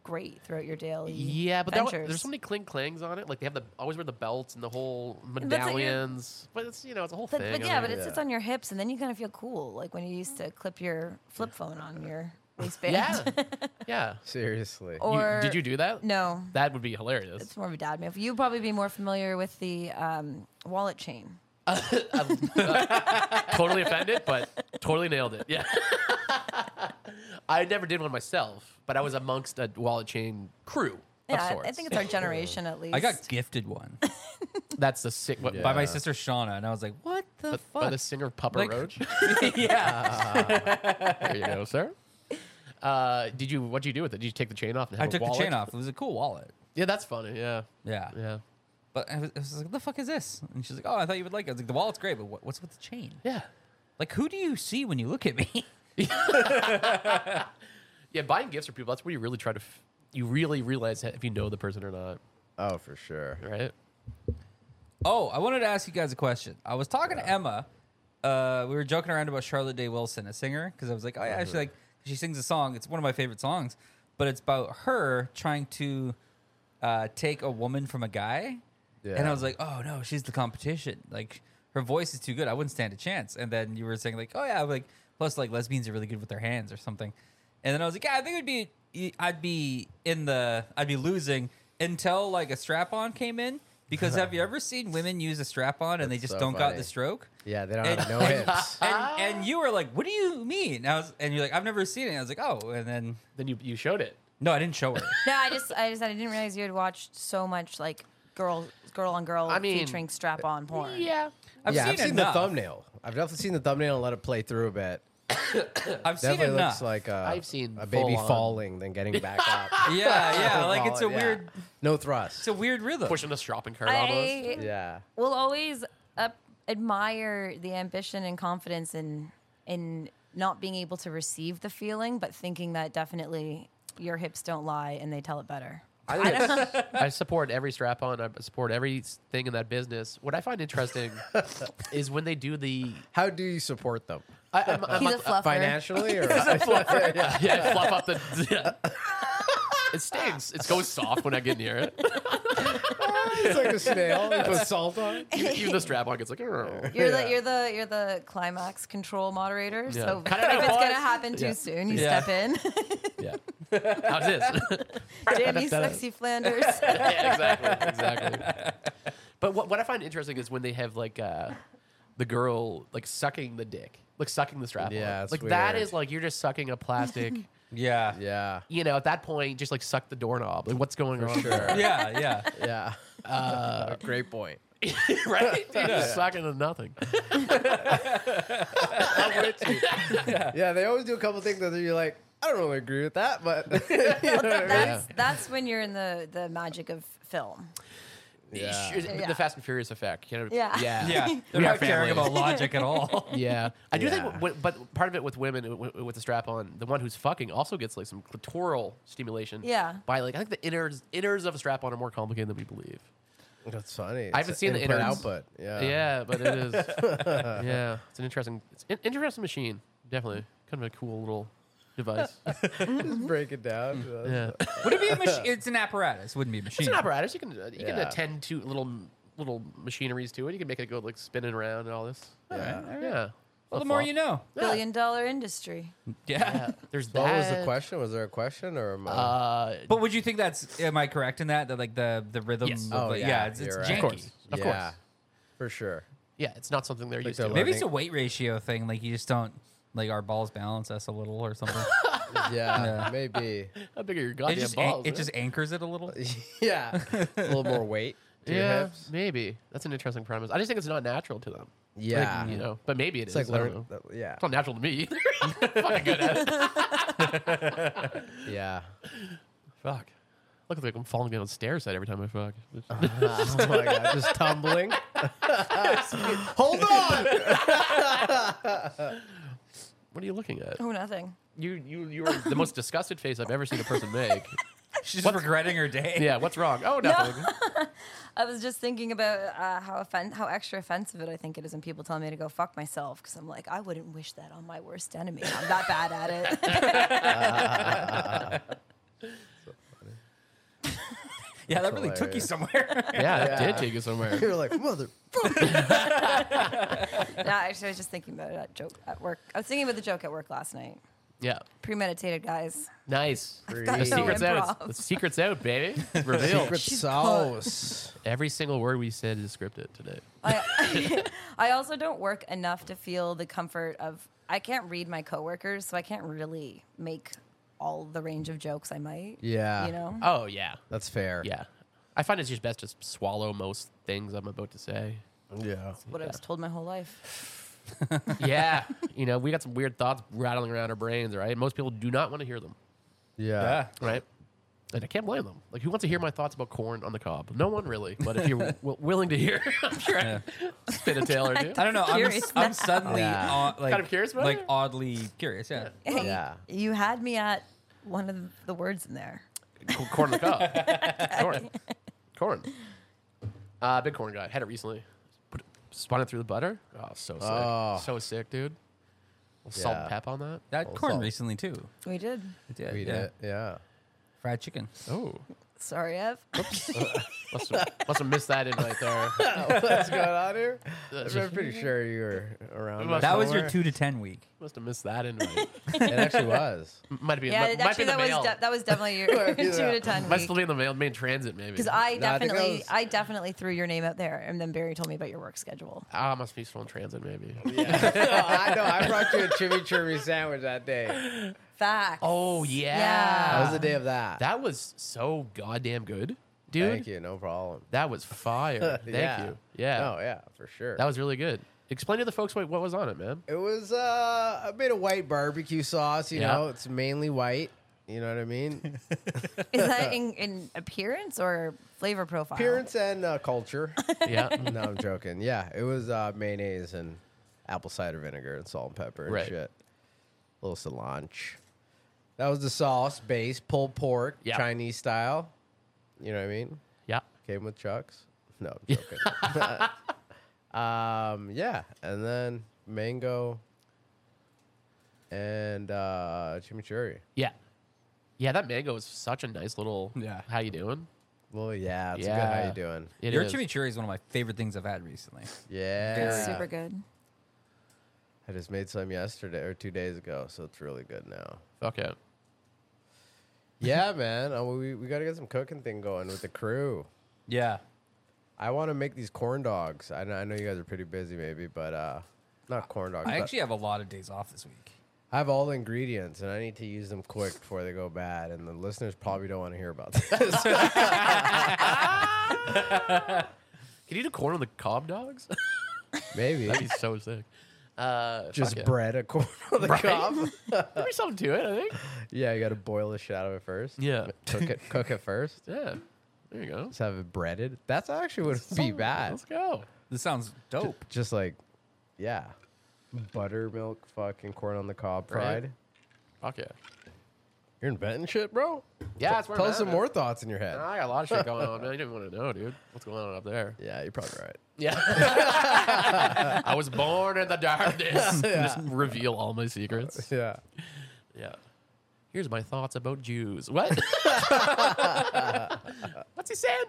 Speaker 4: great throughout your daily.
Speaker 3: Yeah, but that,
Speaker 4: ventures.
Speaker 3: there's so many clink clangs on it. Like they have the always wear the belts and the whole
Speaker 4: that's like, yeah.
Speaker 3: medallions. But it's you know it's a whole
Speaker 4: But,
Speaker 3: thing.
Speaker 4: but
Speaker 3: I
Speaker 4: yeah,
Speaker 3: mean,
Speaker 4: but it sits
Speaker 2: yeah.
Speaker 4: on your hips, and then you kind of feel cool, like when you used to clip your flip phone on your waistband.
Speaker 3: yeah, yeah.
Speaker 2: seriously.
Speaker 1: Oh.
Speaker 3: You-
Speaker 4: or
Speaker 3: did you do that?
Speaker 4: No,
Speaker 3: That would be hilarious.
Speaker 4: it's more of a dad move. You'd probably be more familiar with the um, wallet chain.
Speaker 3: totally offended, but totally nailed it. Yeah. I never did one myself, but I was amongst a wallet chain crew
Speaker 4: Yeah,
Speaker 3: of
Speaker 4: I-
Speaker 3: sorts.
Speaker 4: I think it's our generation at least.
Speaker 1: I got gifted one
Speaker 3: that's the sick what,
Speaker 1: by
Speaker 3: by,
Speaker 1: my
Speaker 2: Yeah.
Speaker 1: sister Shauna, and I was like, "What the fuck?"
Speaker 3: by the singer Papa
Speaker 1: Like-
Speaker 3: Roach.
Speaker 1: yeah,
Speaker 3: there you go, sir. Uh, did you? What did you do with it? Did you take the chain off? And have
Speaker 1: I
Speaker 3: a
Speaker 1: took
Speaker 3: wallet?
Speaker 1: the chain off. It was a cool wallet.
Speaker 3: Yeah, that's funny. Yeah,
Speaker 1: Yeah,
Speaker 3: yeah,
Speaker 1: but I was, I was like, "What the fuck is this?" And she's like, "Oh, I thought you would like it." I was like, "The wallet's great, but what, what's with the chain?
Speaker 3: yeah,
Speaker 1: Like, who do you see when you look at me?"
Speaker 3: yeah. Buying gifts for people. That's where you really try to. F- you really realize if you know the person or not,
Speaker 2: Oh, for sure.
Speaker 3: right?
Speaker 1: Oh, I wanted to ask you guys a question. I was talking to Emma. Uh, we were joking around about Charlotte Day Wilson, a singer, because I was like, oh yeah, she like she sings a song. It's one of my favorite songs, but it's about her trying to uh, take a woman from a guy. And I
Speaker 2: Yeah.
Speaker 1: was like, oh no, she's the competition. Like her voice is too good. I wouldn't stand a chance. And then you were saying like, oh yeah, like plus like lesbians are really good with their hands or something. And then I was like, yeah, I think it'd be I'd be in the I'd be losing until like a strap on came in. Because have you ever seen women use a strap on and they
Speaker 2: That's
Speaker 1: just
Speaker 2: so
Speaker 1: don't got
Speaker 2: funny.
Speaker 1: the stroke?
Speaker 2: Yeah, they don't
Speaker 1: And-
Speaker 2: have no hips.
Speaker 1: And, and you were like, "What do you mean?" And I was, and you're like, "I've never seen it." And I was like, "Oh," and then
Speaker 3: Then you you showed it.
Speaker 1: no, I didn't show her.
Speaker 4: No, I just I just I didn't realize you had watched so much like girl girl on girl
Speaker 3: I mean,
Speaker 4: featuring strap on porn.
Speaker 3: Yeah,
Speaker 1: I've
Speaker 2: yeah,
Speaker 1: seen,
Speaker 2: I've seen
Speaker 1: enough.
Speaker 2: the thumbnail. I've definitely seen the thumbnail and let it play through a bit.
Speaker 1: I've seen
Speaker 2: Definitely
Speaker 1: enough.
Speaker 2: looks like a,
Speaker 3: I've seen
Speaker 2: a baby
Speaker 3: full-on-
Speaker 2: falling then getting back up.
Speaker 1: yeah, yeah, like it's a
Speaker 2: Yeah.
Speaker 1: weird,
Speaker 2: no thrust.
Speaker 1: it's a weird rhythm.
Speaker 3: pushing the shopping cart almost.
Speaker 4: I
Speaker 2: yeah,
Speaker 4: will always uh, admire the ambition and confidence in in not being able to receive the feeling, but thinking that definitely your hips don't lie and they tell it better.
Speaker 3: I, think it's- I support every strap on. I support everything in that business. What I find interesting is when they do the.
Speaker 2: how do you support them Uh,
Speaker 3: I, I'm, I'm,
Speaker 4: He's a fluffer.
Speaker 2: financially or
Speaker 3: yeah, fluff up the. yeah. It stings. It goes soft when I get near it.
Speaker 2: it's like a snail you put salt on. it?
Speaker 3: Even the strap on gets like. "Arr."
Speaker 4: You're
Speaker 2: Yeah.
Speaker 4: the you're the you're the climax control moderator. So
Speaker 3: Cut it out,
Speaker 4: if it's gonna
Speaker 3: boys.
Speaker 4: happen too soon, you
Speaker 1: Yeah.
Speaker 4: step in.
Speaker 3: Yeah. How's this?
Speaker 4: Jamie, sexy Flanders.
Speaker 3: yeah, exactly, exactly. But what, what I find interesting is when they have like uh, the girl like sucking the dick, like sucking the strap.
Speaker 2: Yeah,
Speaker 3: on.
Speaker 2: it's
Speaker 3: like that
Speaker 2: weird.
Speaker 3: is like you're just sucking a plastic.
Speaker 1: Yeah,
Speaker 2: Yeah,
Speaker 3: you know, at that point, just like suck the doorknob. Like what's going on?
Speaker 2: sure.
Speaker 1: yeah, yeah.
Speaker 2: yeah.
Speaker 1: Uh,
Speaker 2: Great point.
Speaker 3: right? You're just sucking to nothing.
Speaker 2: Yeah, they always do a couple things that you're like, I don't really agree with that, but you know what I mean?
Speaker 4: that's that's when you're in the the magic of film.
Speaker 2: Yeah.
Speaker 3: It's
Speaker 4: Yeah.
Speaker 3: The Fast and Furious effect. You know?
Speaker 4: Yeah.
Speaker 3: Yeah.
Speaker 1: Yeah, they're
Speaker 3: We are
Speaker 1: not caring
Speaker 3: family.
Speaker 1: about logic at all.
Speaker 3: Yeah. I do
Speaker 2: Yeah.
Speaker 3: think, w- but part of it with women w- w- with the strap on, the one who's fucking also gets like some clitoral stimulation.
Speaker 4: Yeah.
Speaker 3: By like, I think the innards innards of a strap on are more complicated than we believe.
Speaker 2: That's funny.
Speaker 3: I haven't
Speaker 2: It's
Speaker 3: seen the
Speaker 2: input
Speaker 3: innards.
Speaker 2: output. Yeah.
Speaker 3: yeah, but it is. yeah, it's an interesting, it's an interesting machine. Definitely, kind of a cool little device.
Speaker 2: Just break it down.
Speaker 3: yeah,
Speaker 1: Would it be a machine? It's an apparatus. Wouldn't be a machine.
Speaker 3: it's an apparatus. You can uh, you can
Speaker 2: Yeah.
Speaker 3: attend to little little machineries to it. You can make it go like spinning around and all this.
Speaker 2: Yeah.
Speaker 3: Yeah.
Speaker 1: Well, the more you know.
Speaker 4: Billion dollar industry.
Speaker 1: Yeah.
Speaker 3: There's that.
Speaker 2: What was the question? Was there a question or am I-
Speaker 3: Uh,
Speaker 1: But would you think that's? Am I correct in that? That like the the rhythm.
Speaker 3: Yes.
Speaker 1: Of,
Speaker 2: Oh,
Speaker 1: like,
Speaker 2: yeah,
Speaker 1: It's, it's
Speaker 2: you're right.
Speaker 1: janky.
Speaker 2: Of
Speaker 3: course. of course.
Speaker 2: Yeah, for sure.
Speaker 3: yeah, it's not something they're used
Speaker 2: they're
Speaker 3: to.
Speaker 2: like-
Speaker 1: Maybe it's
Speaker 2: think-
Speaker 1: a weight ratio thing. Like you just don't like our balls balance us a little or something.
Speaker 2: Yeah, maybe.
Speaker 3: How big are your
Speaker 1: it
Speaker 3: goddamn
Speaker 1: just an-
Speaker 3: balls?
Speaker 1: it
Speaker 3: man?
Speaker 1: just anchors it a little.
Speaker 2: Yeah, a little more weight. To
Speaker 3: yeah,
Speaker 2: Your hips.
Speaker 3: maybe that's an interesting premise. I just think it's not natural to them.
Speaker 2: Yeah.
Speaker 3: Like, you know, but maybe it
Speaker 2: it's like
Speaker 3: is. I don't
Speaker 2: learn.
Speaker 3: know.
Speaker 2: Yeah.
Speaker 3: It's not natural to me. either.
Speaker 2: Yeah.
Speaker 3: Fuck. Look like I'm falling down stairs every time I fuck.
Speaker 2: oh my god, just tumbling. Hold on.
Speaker 3: What are you looking at?
Speaker 4: Oh, nothing.
Speaker 3: You you you are the most disgusted face I've ever seen a person make.
Speaker 1: She's just regretting her day.
Speaker 3: Yeah, what's wrong? Oh, nothing.
Speaker 4: I was just thinking about uh, how offen- how extra offensive it I think it is when people tell me to go fuck myself because I'm like I wouldn't wish that on my worst enemy. I'm that bad at it.
Speaker 1: yeah that really took you
Speaker 2: hilarious.
Speaker 1: somewhere.
Speaker 3: Yeah, that
Speaker 2: Yeah.
Speaker 3: did take you somewhere.
Speaker 2: You're like mother.
Speaker 4: no, actually, I was just thinking about that joke at work. I was thinking about the joke at work last night.
Speaker 3: Yeah.
Speaker 4: Premeditated, guys.
Speaker 3: Nice. The
Speaker 2: That's so
Speaker 3: secret's out.
Speaker 4: improv.
Speaker 3: The secret's out, baby. It's Revealed.
Speaker 2: sauce.
Speaker 3: Every single word we said is scripted today.
Speaker 4: I, I also don't work enough to feel the comfort of. I can't read my coworkers, so I can't really make all the range of jokes I might.
Speaker 2: Yeah.
Speaker 4: You know.
Speaker 3: Oh yeah,
Speaker 2: That's fair.
Speaker 3: yeah. I find it's just best to s- swallow most things I'm about to say.
Speaker 2: Yeah.
Speaker 4: what I was told my whole life.
Speaker 3: Yeah, you know, we got some weird thoughts rattling around our brains, right? Most people do not want to hear them,
Speaker 2: Yeah.
Speaker 3: right? And I can't blame them. Like, who wants to hear my thoughts about corn on the cob? No one really. But if you're w- willing to hear, I'm sure I can spit a tail or two.
Speaker 1: I don't know. I'm,
Speaker 4: Curious
Speaker 1: I'm suddenly
Speaker 2: Yeah.
Speaker 1: odd- like,
Speaker 3: Kind of curious about
Speaker 1: like
Speaker 3: it?
Speaker 1: oddly curious. Yeah.
Speaker 2: Yeah.
Speaker 4: You had me at one of the words in there.
Speaker 3: C- corn on the cob. corn. Corn. Uh, big corn guy. Had it recently. Put, spun it through the butter. Oh, so sick.
Speaker 2: Oh.
Speaker 3: So sick, dude. Little Salt and
Speaker 2: Yeah.
Speaker 3: pep on that.
Speaker 1: That
Speaker 2: Well,
Speaker 1: corn
Speaker 2: salt.
Speaker 1: recently too.
Speaker 4: We did.
Speaker 1: It did,
Speaker 2: We
Speaker 1: yeah.
Speaker 2: did. Yeah.
Speaker 1: Fried chicken.
Speaker 3: Oh.
Speaker 4: Sorry, Ev.
Speaker 3: Must have, must have missed that in right there.
Speaker 2: What's going on here?
Speaker 3: That's
Speaker 2: I'm pretty sure you were around.
Speaker 3: That
Speaker 1: That
Speaker 2: somewhere.
Speaker 1: was your two to ten week.
Speaker 3: Must have missed that in right.
Speaker 2: It actually was.
Speaker 3: Might be.
Speaker 4: Yeah,
Speaker 3: might, might be
Speaker 4: actually,
Speaker 3: in the
Speaker 4: that was
Speaker 3: mail.
Speaker 4: de- that was definitely your
Speaker 2: Might be
Speaker 4: two
Speaker 2: that.
Speaker 4: to ten
Speaker 3: might still
Speaker 4: week.
Speaker 3: be in the mail. Main transit maybe.
Speaker 4: Because I
Speaker 2: No, I think that
Speaker 4: definitely,
Speaker 2: was-
Speaker 4: I, definitely threw your name out there, and then Barry told me about your work schedule.
Speaker 3: ah must be still in transit maybe.
Speaker 2: No, I know. I brought you a chimichurri sandwich that day.
Speaker 4: Facts.
Speaker 3: Oh yeah.
Speaker 4: Yeah.
Speaker 2: That was the day of that.
Speaker 3: That was so goddamn good, dude.
Speaker 2: Thank you. No problem.
Speaker 3: That was fire. Thank
Speaker 2: Yeah.
Speaker 3: you. Yeah.
Speaker 2: No, yeah, for sure.
Speaker 3: That was really good. Explain to the folks what, what was on it, man.
Speaker 2: It was uh, a bit of white barbecue sauce. You
Speaker 3: Yeah.
Speaker 2: know, it's mainly white. You know what I mean?
Speaker 4: Is that in, in appearance or flavor profile?
Speaker 2: Appearance and uh, culture.
Speaker 3: Yeah.
Speaker 2: no, I'm joking. Yeah, it was uh, mayonnaise and apple cider vinegar and salt and pepper and
Speaker 3: Right.
Speaker 2: shit. A little cilantro. That was the sauce base, pulled pork,
Speaker 3: Yeah.
Speaker 2: Chinese style. You know what I mean?
Speaker 3: yeah.
Speaker 2: Came with chucks. No, I'm joking. um, yeah, and then mango and uh, chimichurri.
Speaker 3: Yeah. Yeah, that mango is such a nice little
Speaker 1: Yeah.
Speaker 3: how you doing?
Speaker 2: Well, yeah, it's good. How
Speaker 3: Yeah.
Speaker 2: you doing?
Speaker 3: It
Speaker 1: Your
Speaker 3: is.
Speaker 1: chimichurri is one of my favorite things I've had recently.
Speaker 2: Yeah,
Speaker 4: It's super good.
Speaker 2: I just made some yesterday or two days ago, so it's really good now.
Speaker 3: Fuck yeah.
Speaker 2: Yeah, man. Uh, we we got to get some cooking thing going with the crew.
Speaker 1: Yeah.
Speaker 2: I want to make these corn dogs. I know, I know you guys are pretty busy, maybe, but uh, not corn dogs.
Speaker 1: I
Speaker 2: but
Speaker 1: actually have a lot of days off this week.
Speaker 2: I have all the ingredients, and I need to use them quick before they go bad. And the listeners probably don't want to hear about this.
Speaker 3: Can you do corn on the cob dogs?
Speaker 2: maybe
Speaker 3: That'd be so sick. Uh,
Speaker 2: just
Speaker 3: fuck yeah.
Speaker 2: bread a corn on the
Speaker 3: Right?
Speaker 2: cob.
Speaker 3: Give me something to it, I think.
Speaker 2: yeah, you got to boil the shit out of it first.
Speaker 3: Yeah.
Speaker 2: cook it. Cook it first.
Speaker 3: Yeah. There you go.
Speaker 2: Just have it breaded. That's actually wouldn't be bad.
Speaker 3: Let's go.
Speaker 1: This sounds dope.
Speaker 2: Just like, yeah, buttermilk fucking corn on the cob
Speaker 3: Right.
Speaker 2: fried.
Speaker 3: Fuck yeah.
Speaker 2: You're inventing shit, bro.
Speaker 3: Yeah, that's where
Speaker 2: Tell
Speaker 3: I'm
Speaker 2: us
Speaker 3: at,
Speaker 2: some
Speaker 3: man. Uh-huh.
Speaker 2: more thoughts in your head.
Speaker 3: I got a lot of shit going on, man. You didn't want to know, dude. What's going on up there?
Speaker 2: Yeah, you're probably right.
Speaker 3: Yeah. I was born in the darkness. Just reveal all my secrets.
Speaker 2: Yeah.
Speaker 3: Yeah. Here's my thoughts about Jews. What? What's he saying?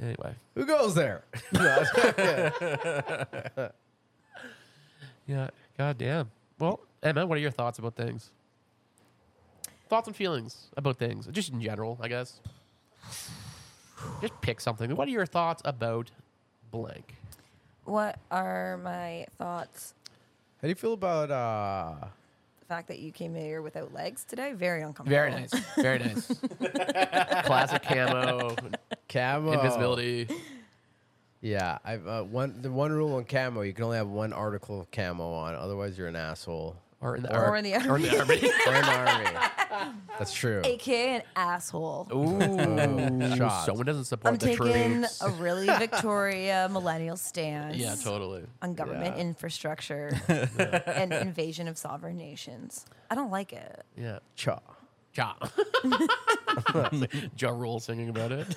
Speaker 3: Anyway.
Speaker 2: Who goes there? No,
Speaker 3: Yeah. God damn. Well, Emma, what are your thoughts about things? Thoughts and feelings about things, just in general, I guess. Just pick something. What are your thoughts about blank?
Speaker 4: What are my thoughts?
Speaker 2: How do you feel about uh
Speaker 4: The fact that you came here without legs today, very uncomfortable.
Speaker 3: Very nice. Very nice. Classic camo,
Speaker 2: camo
Speaker 3: invisibility.
Speaker 2: Yeah, I've uh, one the one rule on camo, you can only have one article of camo on, otherwise you're an asshole.
Speaker 3: Or in the
Speaker 4: Or in the
Speaker 3: Or in the army.
Speaker 2: We're in the army. That's true.
Speaker 4: aka an asshole.
Speaker 3: Ooh,
Speaker 2: Shots.
Speaker 3: someone doesn't support
Speaker 4: I'm
Speaker 3: the
Speaker 4: taking
Speaker 3: troops.
Speaker 4: a really Victoria millennial stance
Speaker 3: yeah, totally.
Speaker 4: on government
Speaker 2: Yeah.
Speaker 4: infrastructure and invasion of sovereign nations. I don't like it.
Speaker 3: Yeah,
Speaker 2: Cha.
Speaker 3: ja. ja Rule singing about it.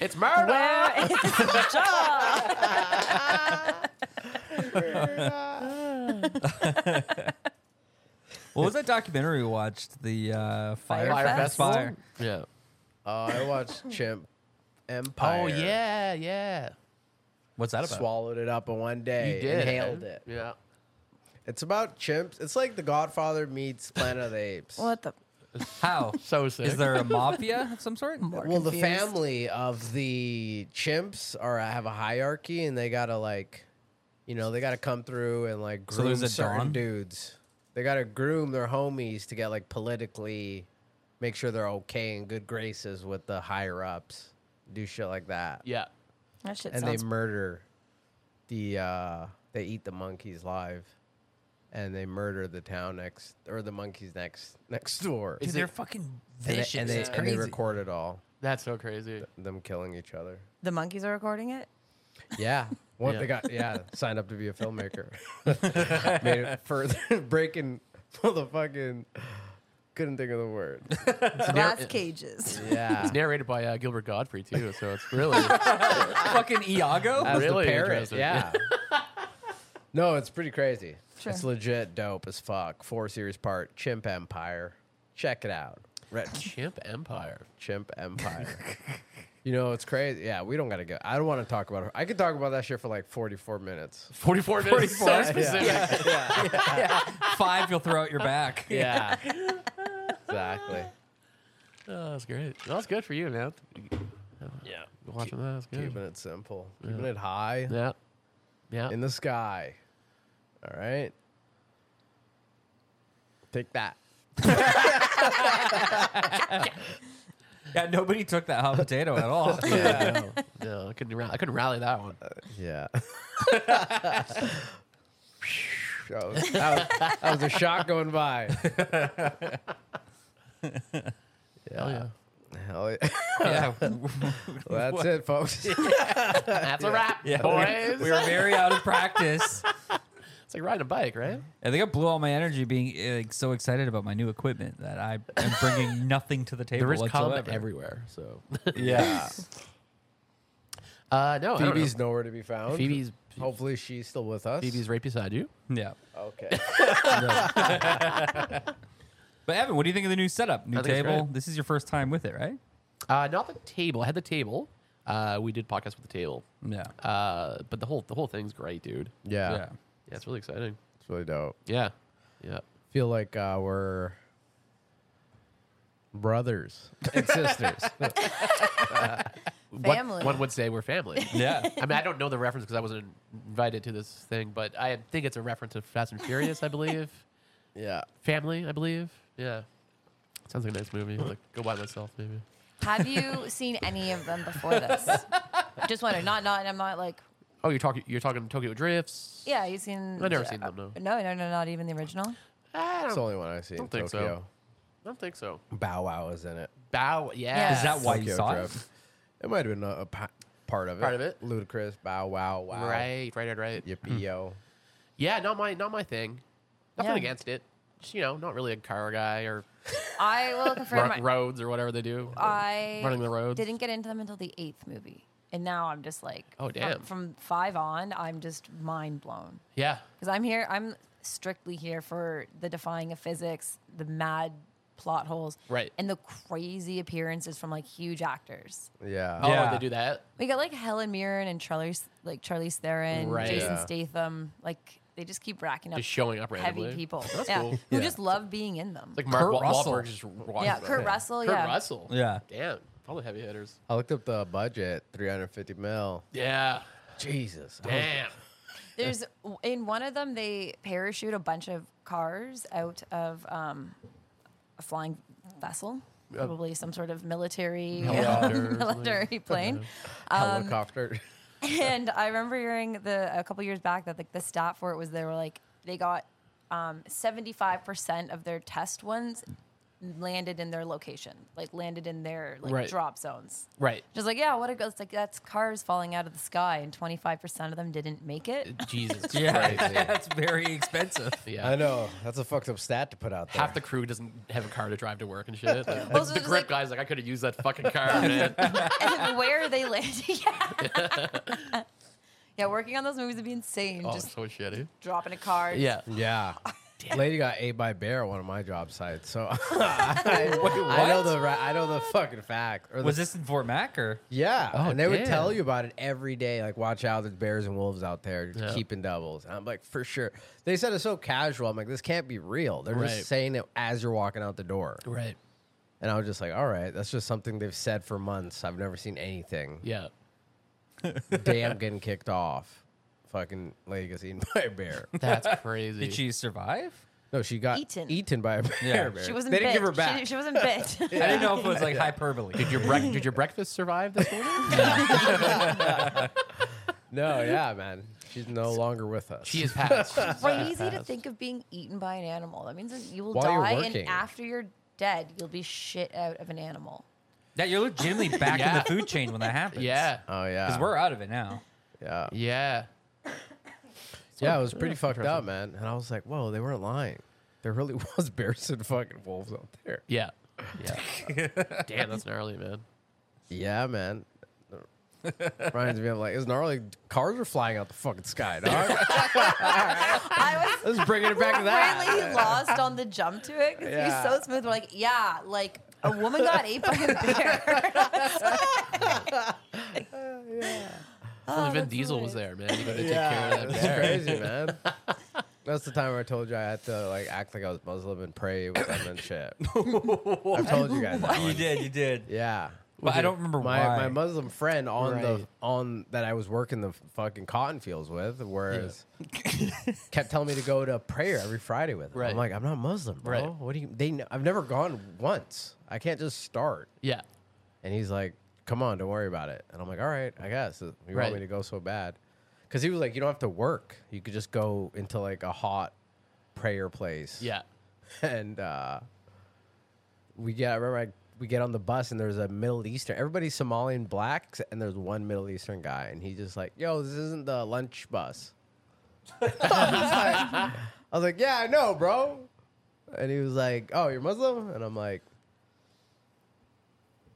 Speaker 3: it's murder.
Speaker 4: Where is the job?
Speaker 1: What was that documentary we watched? The uh, Fire,
Speaker 4: Fire
Speaker 3: Festival?
Speaker 1: Fire.
Speaker 3: Yeah.
Speaker 2: Oh, I watched Chimp Empire.
Speaker 3: Oh yeah, yeah.
Speaker 1: What's that about?
Speaker 2: Swallowed it up in one day. Inhaled it.
Speaker 3: Yeah.
Speaker 2: It's about chimps. It's like The Godfather meets Planet of the Apes.
Speaker 4: What the?
Speaker 1: How?
Speaker 3: So sick.
Speaker 1: Is there a mafia of some sort?
Speaker 4: More
Speaker 2: Well, the
Speaker 4: confused.
Speaker 2: family of the chimps are have a hierarchy, and they gotta like, you know, they gotta come through and like
Speaker 1: So
Speaker 2: groom
Speaker 1: there's a
Speaker 2: certain
Speaker 1: Don?
Speaker 2: dudes. They gotta groom their homies to get like politically, make sure they're okay and good graces with the higher ups. Do shit like that,
Speaker 3: Yeah.
Speaker 4: That shit
Speaker 2: and
Speaker 4: sounds.
Speaker 2: they murder the. uh They eat the monkeys live, and they murder the town next or the monkeys next next door.
Speaker 1: Dude,
Speaker 3: Is
Speaker 1: they're
Speaker 3: it-
Speaker 1: fucking
Speaker 2: And
Speaker 1: vicious.
Speaker 2: they, and, they,
Speaker 1: it's
Speaker 2: and they
Speaker 1: crazy.
Speaker 2: record it all.
Speaker 3: That's so crazy.
Speaker 2: Them killing each other.
Speaker 4: the monkeys are recording it.
Speaker 2: Yeah. What
Speaker 3: Yeah.
Speaker 2: they got? Yeah, signed up to be a filmmaker. Made it further breaking motherfucking. Couldn't think of the word.
Speaker 4: Glass cages.
Speaker 2: Yeah,
Speaker 3: It's narrated by uh, Gilbert Godfrey too, so it's really
Speaker 1: fucking Iago.
Speaker 2: As the
Speaker 3: really
Speaker 2: parrot,
Speaker 3: interesting.
Speaker 2: Yeah. no, it's pretty crazy.
Speaker 4: Sure.
Speaker 2: It's legit dope as fuck. Four series part, Chimp Empire. Check it out, Rich
Speaker 3: Chimp Empire.
Speaker 2: Chimp Empire. you know it's crazy. Yeah, we don't gotta go. I don't want to talk about it. I could talk about that shit for like forty-four minutes.
Speaker 3: Forty-four minutes.
Speaker 1: 44. Yeah.
Speaker 3: So specific.
Speaker 1: Five, you'll throw out your back.
Speaker 2: Yeah. exactly.
Speaker 3: Oh, that's great. That's good for you, man. Yeah, watching that. That's good.
Speaker 2: Keeping it simple. Keeping it high
Speaker 3: Yeah, yeah.
Speaker 2: in the sky. All right. Take that.
Speaker 1: Yeah, nobody took that hot potato at all.
Speaker 3: yeah. no, I couldn't. Rally, I couldn't rally that one.
Speaker 2: Yeah. that, was, that, was, that was a shot going by.
Speaker 3: Hell yeah.
Speaker 2: Hell yeah.
Speaker 1: yeah.
Speaker 2: Well, that's it, folks.
Speaker 3: That's a wrap,
Speaker 1: Yeah.
Speaker 3: boys.
Speaker 1: We were very out of practice.
Speaker 3: it's like riding a bike, right?
Speaker 1: I think I blew all my energy being uh, like, so excited about my new equipment that I am bringing nothing to the table
Speaker 3: There is cum
Speaker 1: whatsoever.
Speaker 3: everywhere. So,
Speaker 1: yeah.
Speaker 3: uh, no, I don't know.
Speaker 2: Phoebe's nowhere to be found.
Speaker 3: Phoebe's
Speaker 2: Hopefully she's still with us.
Speaker 3: Phoebe's right beside you.
Speaker 1: yeah.
Speaker 2: okay.
Speaker 1: But Evan, what do you think of the new setup? New
Speaker 3: I think it's
Speaker 1: table.
Speaker 3: great.
Speaker 1: This is your first time with it, right?
Speaker 3: Uh, not the table. I had the table. Uh, we did podcast with the table.
Speaker 1: Yeah.
Speaker 3: Uh, but the whole the whole thing's great, dude.
Speaker 2: Yeah.
Speaker 1: yeah.
Speaker 3: Yeah, it's really exciting.
Speaker 2: It's really dope.
Speaker 3: Yeah, yeah.
Speaker 2: Feel like uh, we're brothers and sisters.
Speaker 3: One-
Speaker 4: Family.
Speaker 3: One, would say we're family.
Speaker 1: Yeah.
Speaker 3: I mean, I don't know the reference because I wasn't invited to this thing, but I think it's a reference to Fast and Furious, I believe.
Speaker 2: yeah.
Speaker 3: Family, I believe. Yeah. Sounds like a nice movie. Like, go by myself, maybe.
Speaker 4: Have you seen any of them before this? Just wondering. Not, not. I'm not like.
Speaker 3: Oh, you're talking. You're talking Tokyo Drifts.
Speaker 4: Yeah, you've seen. uh,
Speaker 3: I've never seen them, no.
Speaker 4: No, no, no, not even the original.
Speaker 3: I
Speaker 2: That's
Speaker 3: don't,
Speaker 2: the only one I see.
Speaker 3: Don't
Speaker 2: in
Speaker 3: think so.
Speaker 2: Tokyo.
Speaker 3: I don't think so.
Speaker 2: Bow Wow is in it.
Speaker 3: Bow. Yeah.
Speaker 4: Yeah.
Speaker 1: Is that why you
Speaker 2: Tokyo
Speaker 1: saw it?
Speaker 2: Drift. It might have been a, a pa- part of it.
Speaker 3: Part of it.
Speaker 2: Ludacris, Bow Wow, Wow.
Speaker 3: Right. Right. Right. Right.
Speaker 2: Yippee yo.
Speaker 3: Yeah. Not my. Not my thing. Nothing
Speaker 4: Yeah.
Speaker 3: against it. Just, you know, not really a car guy or
Speaker 4: I will confirm.
Speaker 3: ro-
Speaker 4: I-
Speaker 3: roads or whatever they do.
Speaker 4: I
Speaker 3: running the roads.
Speaker 4: Didn't get into them until the eighth movie, and now I'm just like,
Speaker 3: Oh,
Speaker 4: from-
Speaker 3: damn.
Speaker 4: From, five on, I'm just mind blown
Speaker 3: Yeah.
Speaker 4: because I'm here. I'm strictly here for the defying of physics, the mad plot holes,
Speaker 3: Right.
Speaker 4: and the crazy appearances from like huge actors.
Speaker 2: Yeah.
Speaker 3: Oh,
Speaker 1: Yeah.
Speaker 3: they do that.
Speaker 4: We got like Helen Mirren and Charlie, like Charlie Theron,
Speaker 3: Right.
Speaker 4: Jason
Speaker 2: Yeah.
Speaker 4: Statham. Like they just keep racking up
Speaker 3: Just showing up randomly.
Speaker 4: heavy people,
Speaker 3: That's
Speaker 4: yeah,
Speaker 3: cool.
Speaker 4: who
Speaker 2: Yeah.
Speaker 4: just love being in them.
Speaker 3: Like Mark
Speaker 1: Kurt
Speaker 3: Wa-
Speaker 1: Russell.
Speaker 3: Wahlberg just walking
Speaker 4: yeah,
Speaker 3: around.
Speaker 4: Kurt Russell.
Speaker 3: Kurt
Speaker 4: yeah,
Speaker 3: Russell.
Speaker 1: Yeah.
Speaker 3: Damn. All the heavy hitters.
Speaker 2: I looked up the budget, 350 mil.
Speaker 3: Yeah.
Speaker 2: Jesus. I was-
Speaker 3: Damn.
Speaker 4: There's in one of them they parachute a bunch of cars out of um, a flying vessel, probably some sort of military
Speaker 3: Helicopter or something.
Speaker 4: military plane.
Speaker 1: Um,
Speaker 2: Helicopter.
Speaker 4: and I remember hearing the a couple years back that like the stat for it was they were like they got um, 75% of their test ones landed in their location, like landed in their like
Speaker 3: Right.
Speaker 4: drop zones.
Speaker 3: Right.
Speaker 4: Just like, yeah, what it goes like that's cars falling out of the sky and 25% of them didn't make it.
Speaker 3: Jesus
Speaker 1: Yeah,
Speaker 3: Christ. Yeah.
Speaker 1: that's very expensive.
Speaker 2: I know that's a fucked up stat to put out there.
Speaker 3: Half the crew doesn't have a car to drive to work and shit. Like, the-
Speaker 4: Also,
Speaker 3: the
Speaker 4: just
Speaker 3: grip
Speaker 4: like-
Speaker 3: guy's like, I could have used that fucking car, man.
Speaker 4: and where they landed. Yeah. yeah, working on those movies would be insane.
Speaker 3: oh,
Speaker 4: Just
Speaker 3: so shitty.
Speaker 4: dropping a car.
Speaker 3: Yeah.
Speaker 2: Yeah. Lady got ate by a bear at one of my job sites, so I, I know the ra- I know the fucking fact. Or the,
Speaker 1: Was this in Fort Mac or?
Speaker 2: yeah,
Speaker 3: Oh,
Speaker 2: and they would
Speaker 3: damn.
Speaker 2: tell you about it every day. Like, watch out, there's bears and wolves out there just
Speaker 3: Yeah.
Speaker 2: keeping doubles. And I'm like, for sure. They said it's so casual. I'm like, this can't be real. They're
Speaker 3: Right.
Speaker 2: just saying it as you're walking out the door.
Speaker 3: Right.
Speaker 2: And I was just like, all right, that's just something they've said for months. I've never seen anything.
Speaker 3: Yeah.
Speaker 2: Damn, getting kicked off. Fucking lady gets eaten by a bear.
Speaker 3: That's crazy.
Speaker 1: Did she survive?
Speaker 2: No, she got
Speaker 4: Eaten.
Speaker 2: by a bear.
Speaker 1: Yeah.
Speaker 2: bear.
Speaker 4: She wasn't
Speaker 2: They
Speaker 4: bit.
Speaker 2: didn't give her
Speaker 4: She-
Speaker 2: back.
Speaker 4: She, wasn't bit.
Speaker 1: I didn't know if it was like hyperbole.
Speaker 3: Did your, brec- did your breakfast survive this morning?
Speaker 2: No, yeah, man. She's no longer with us.
Speaker 3: she is passed. She's
Speaker 4: Crazy to
Speaker 3: passed.
Speaker 4: think of being eaten by an animal. That means that you will
Speaker 2: While you're
Speaker 4: die, and
Speaker 2: working.
Speaker 4: after you're dead, you'll be shit out of an animal.
Speaker 1: Yeah, you're legitimately back in
Speaker 3: Yeah.
Speaker 1: the food chain when that happens.
Speaker 3: Yeah.
Speaker 2: Oh yeah.
Speaker 1: Because we're out of it now.
Speaker 2: yeah.
Speaker 3: Yeah.
Speaker 2: Yeah, it was pretty fucked up, man. And I was like, whoa, they weren't lying. There really was bears and fucking wolves out there.
Speaker 3: Yeah. Yeah. Damn, that's gnarly, man.
Speaker 2: Yeah, man. Reminds me of like, it's gnarly. Cars are flying out the fucking sky, dog.
Speaker 4: I was
Speaker 2: Let's bring it back to that.
Speaker 4: apparently he lost on the jump to it because
Speaker 2: Yeah.
Speaker 4: he's so smooth. We're like, yeah, like a woman got ate by a bear.
Speaker 3: If Only Vin Diesel was there, man. You could have
Speaker 2: Yeah,
Speaker 3: take care of that
Speaker 2: that's
Speaker 3: bear.
Speaker 2: crazy, man. That's the time where I told you I had to like act like I was Muslim and pray with them and shit. I've told you guys that.
Speaker 1: You
Speaker 2: one.
Speaker 1: did, you did.
Speaker 2: Yeah.
Speaker 1: But I don't remember
Speaker 2: my,
Speaker 1: why.
Speaker 2: my Muslim friend on the
Speaker 3: Right.
Speaker 2: on that I was working the fucking cotton fields with, whereas kept telling me to go to prayer every Friday with. Him.
Speaker 3: Right.
Speaker 2: I'm like, I'm not Muslim, bro.
Speaker 3: Right.
Speaker 2: What do you? They kn- I've never gone once. I can't just start.
Speaker 3: Yeah.
Speaker 2: And he's like, Come on, don't worry about it. And I'm like, All right, I guess you
Speaker 3: Right.
Speaker 2: want me to go so bad, because he was like, You don't have to work. You could just go into like a hot prayer place
Speaker 3: Yeah.
Speaker 2: and uh, we get. I remember I, we get on the bus and there's a Middle Eastern. Everybody's Somali and blacks, and there's one Middle Eastern guy, and he's just like, "Yo, this isn't the lunch bus." I was like, "Yeah, I know, bro." And he was like, "Oh, you're Muslim?" And I'm like,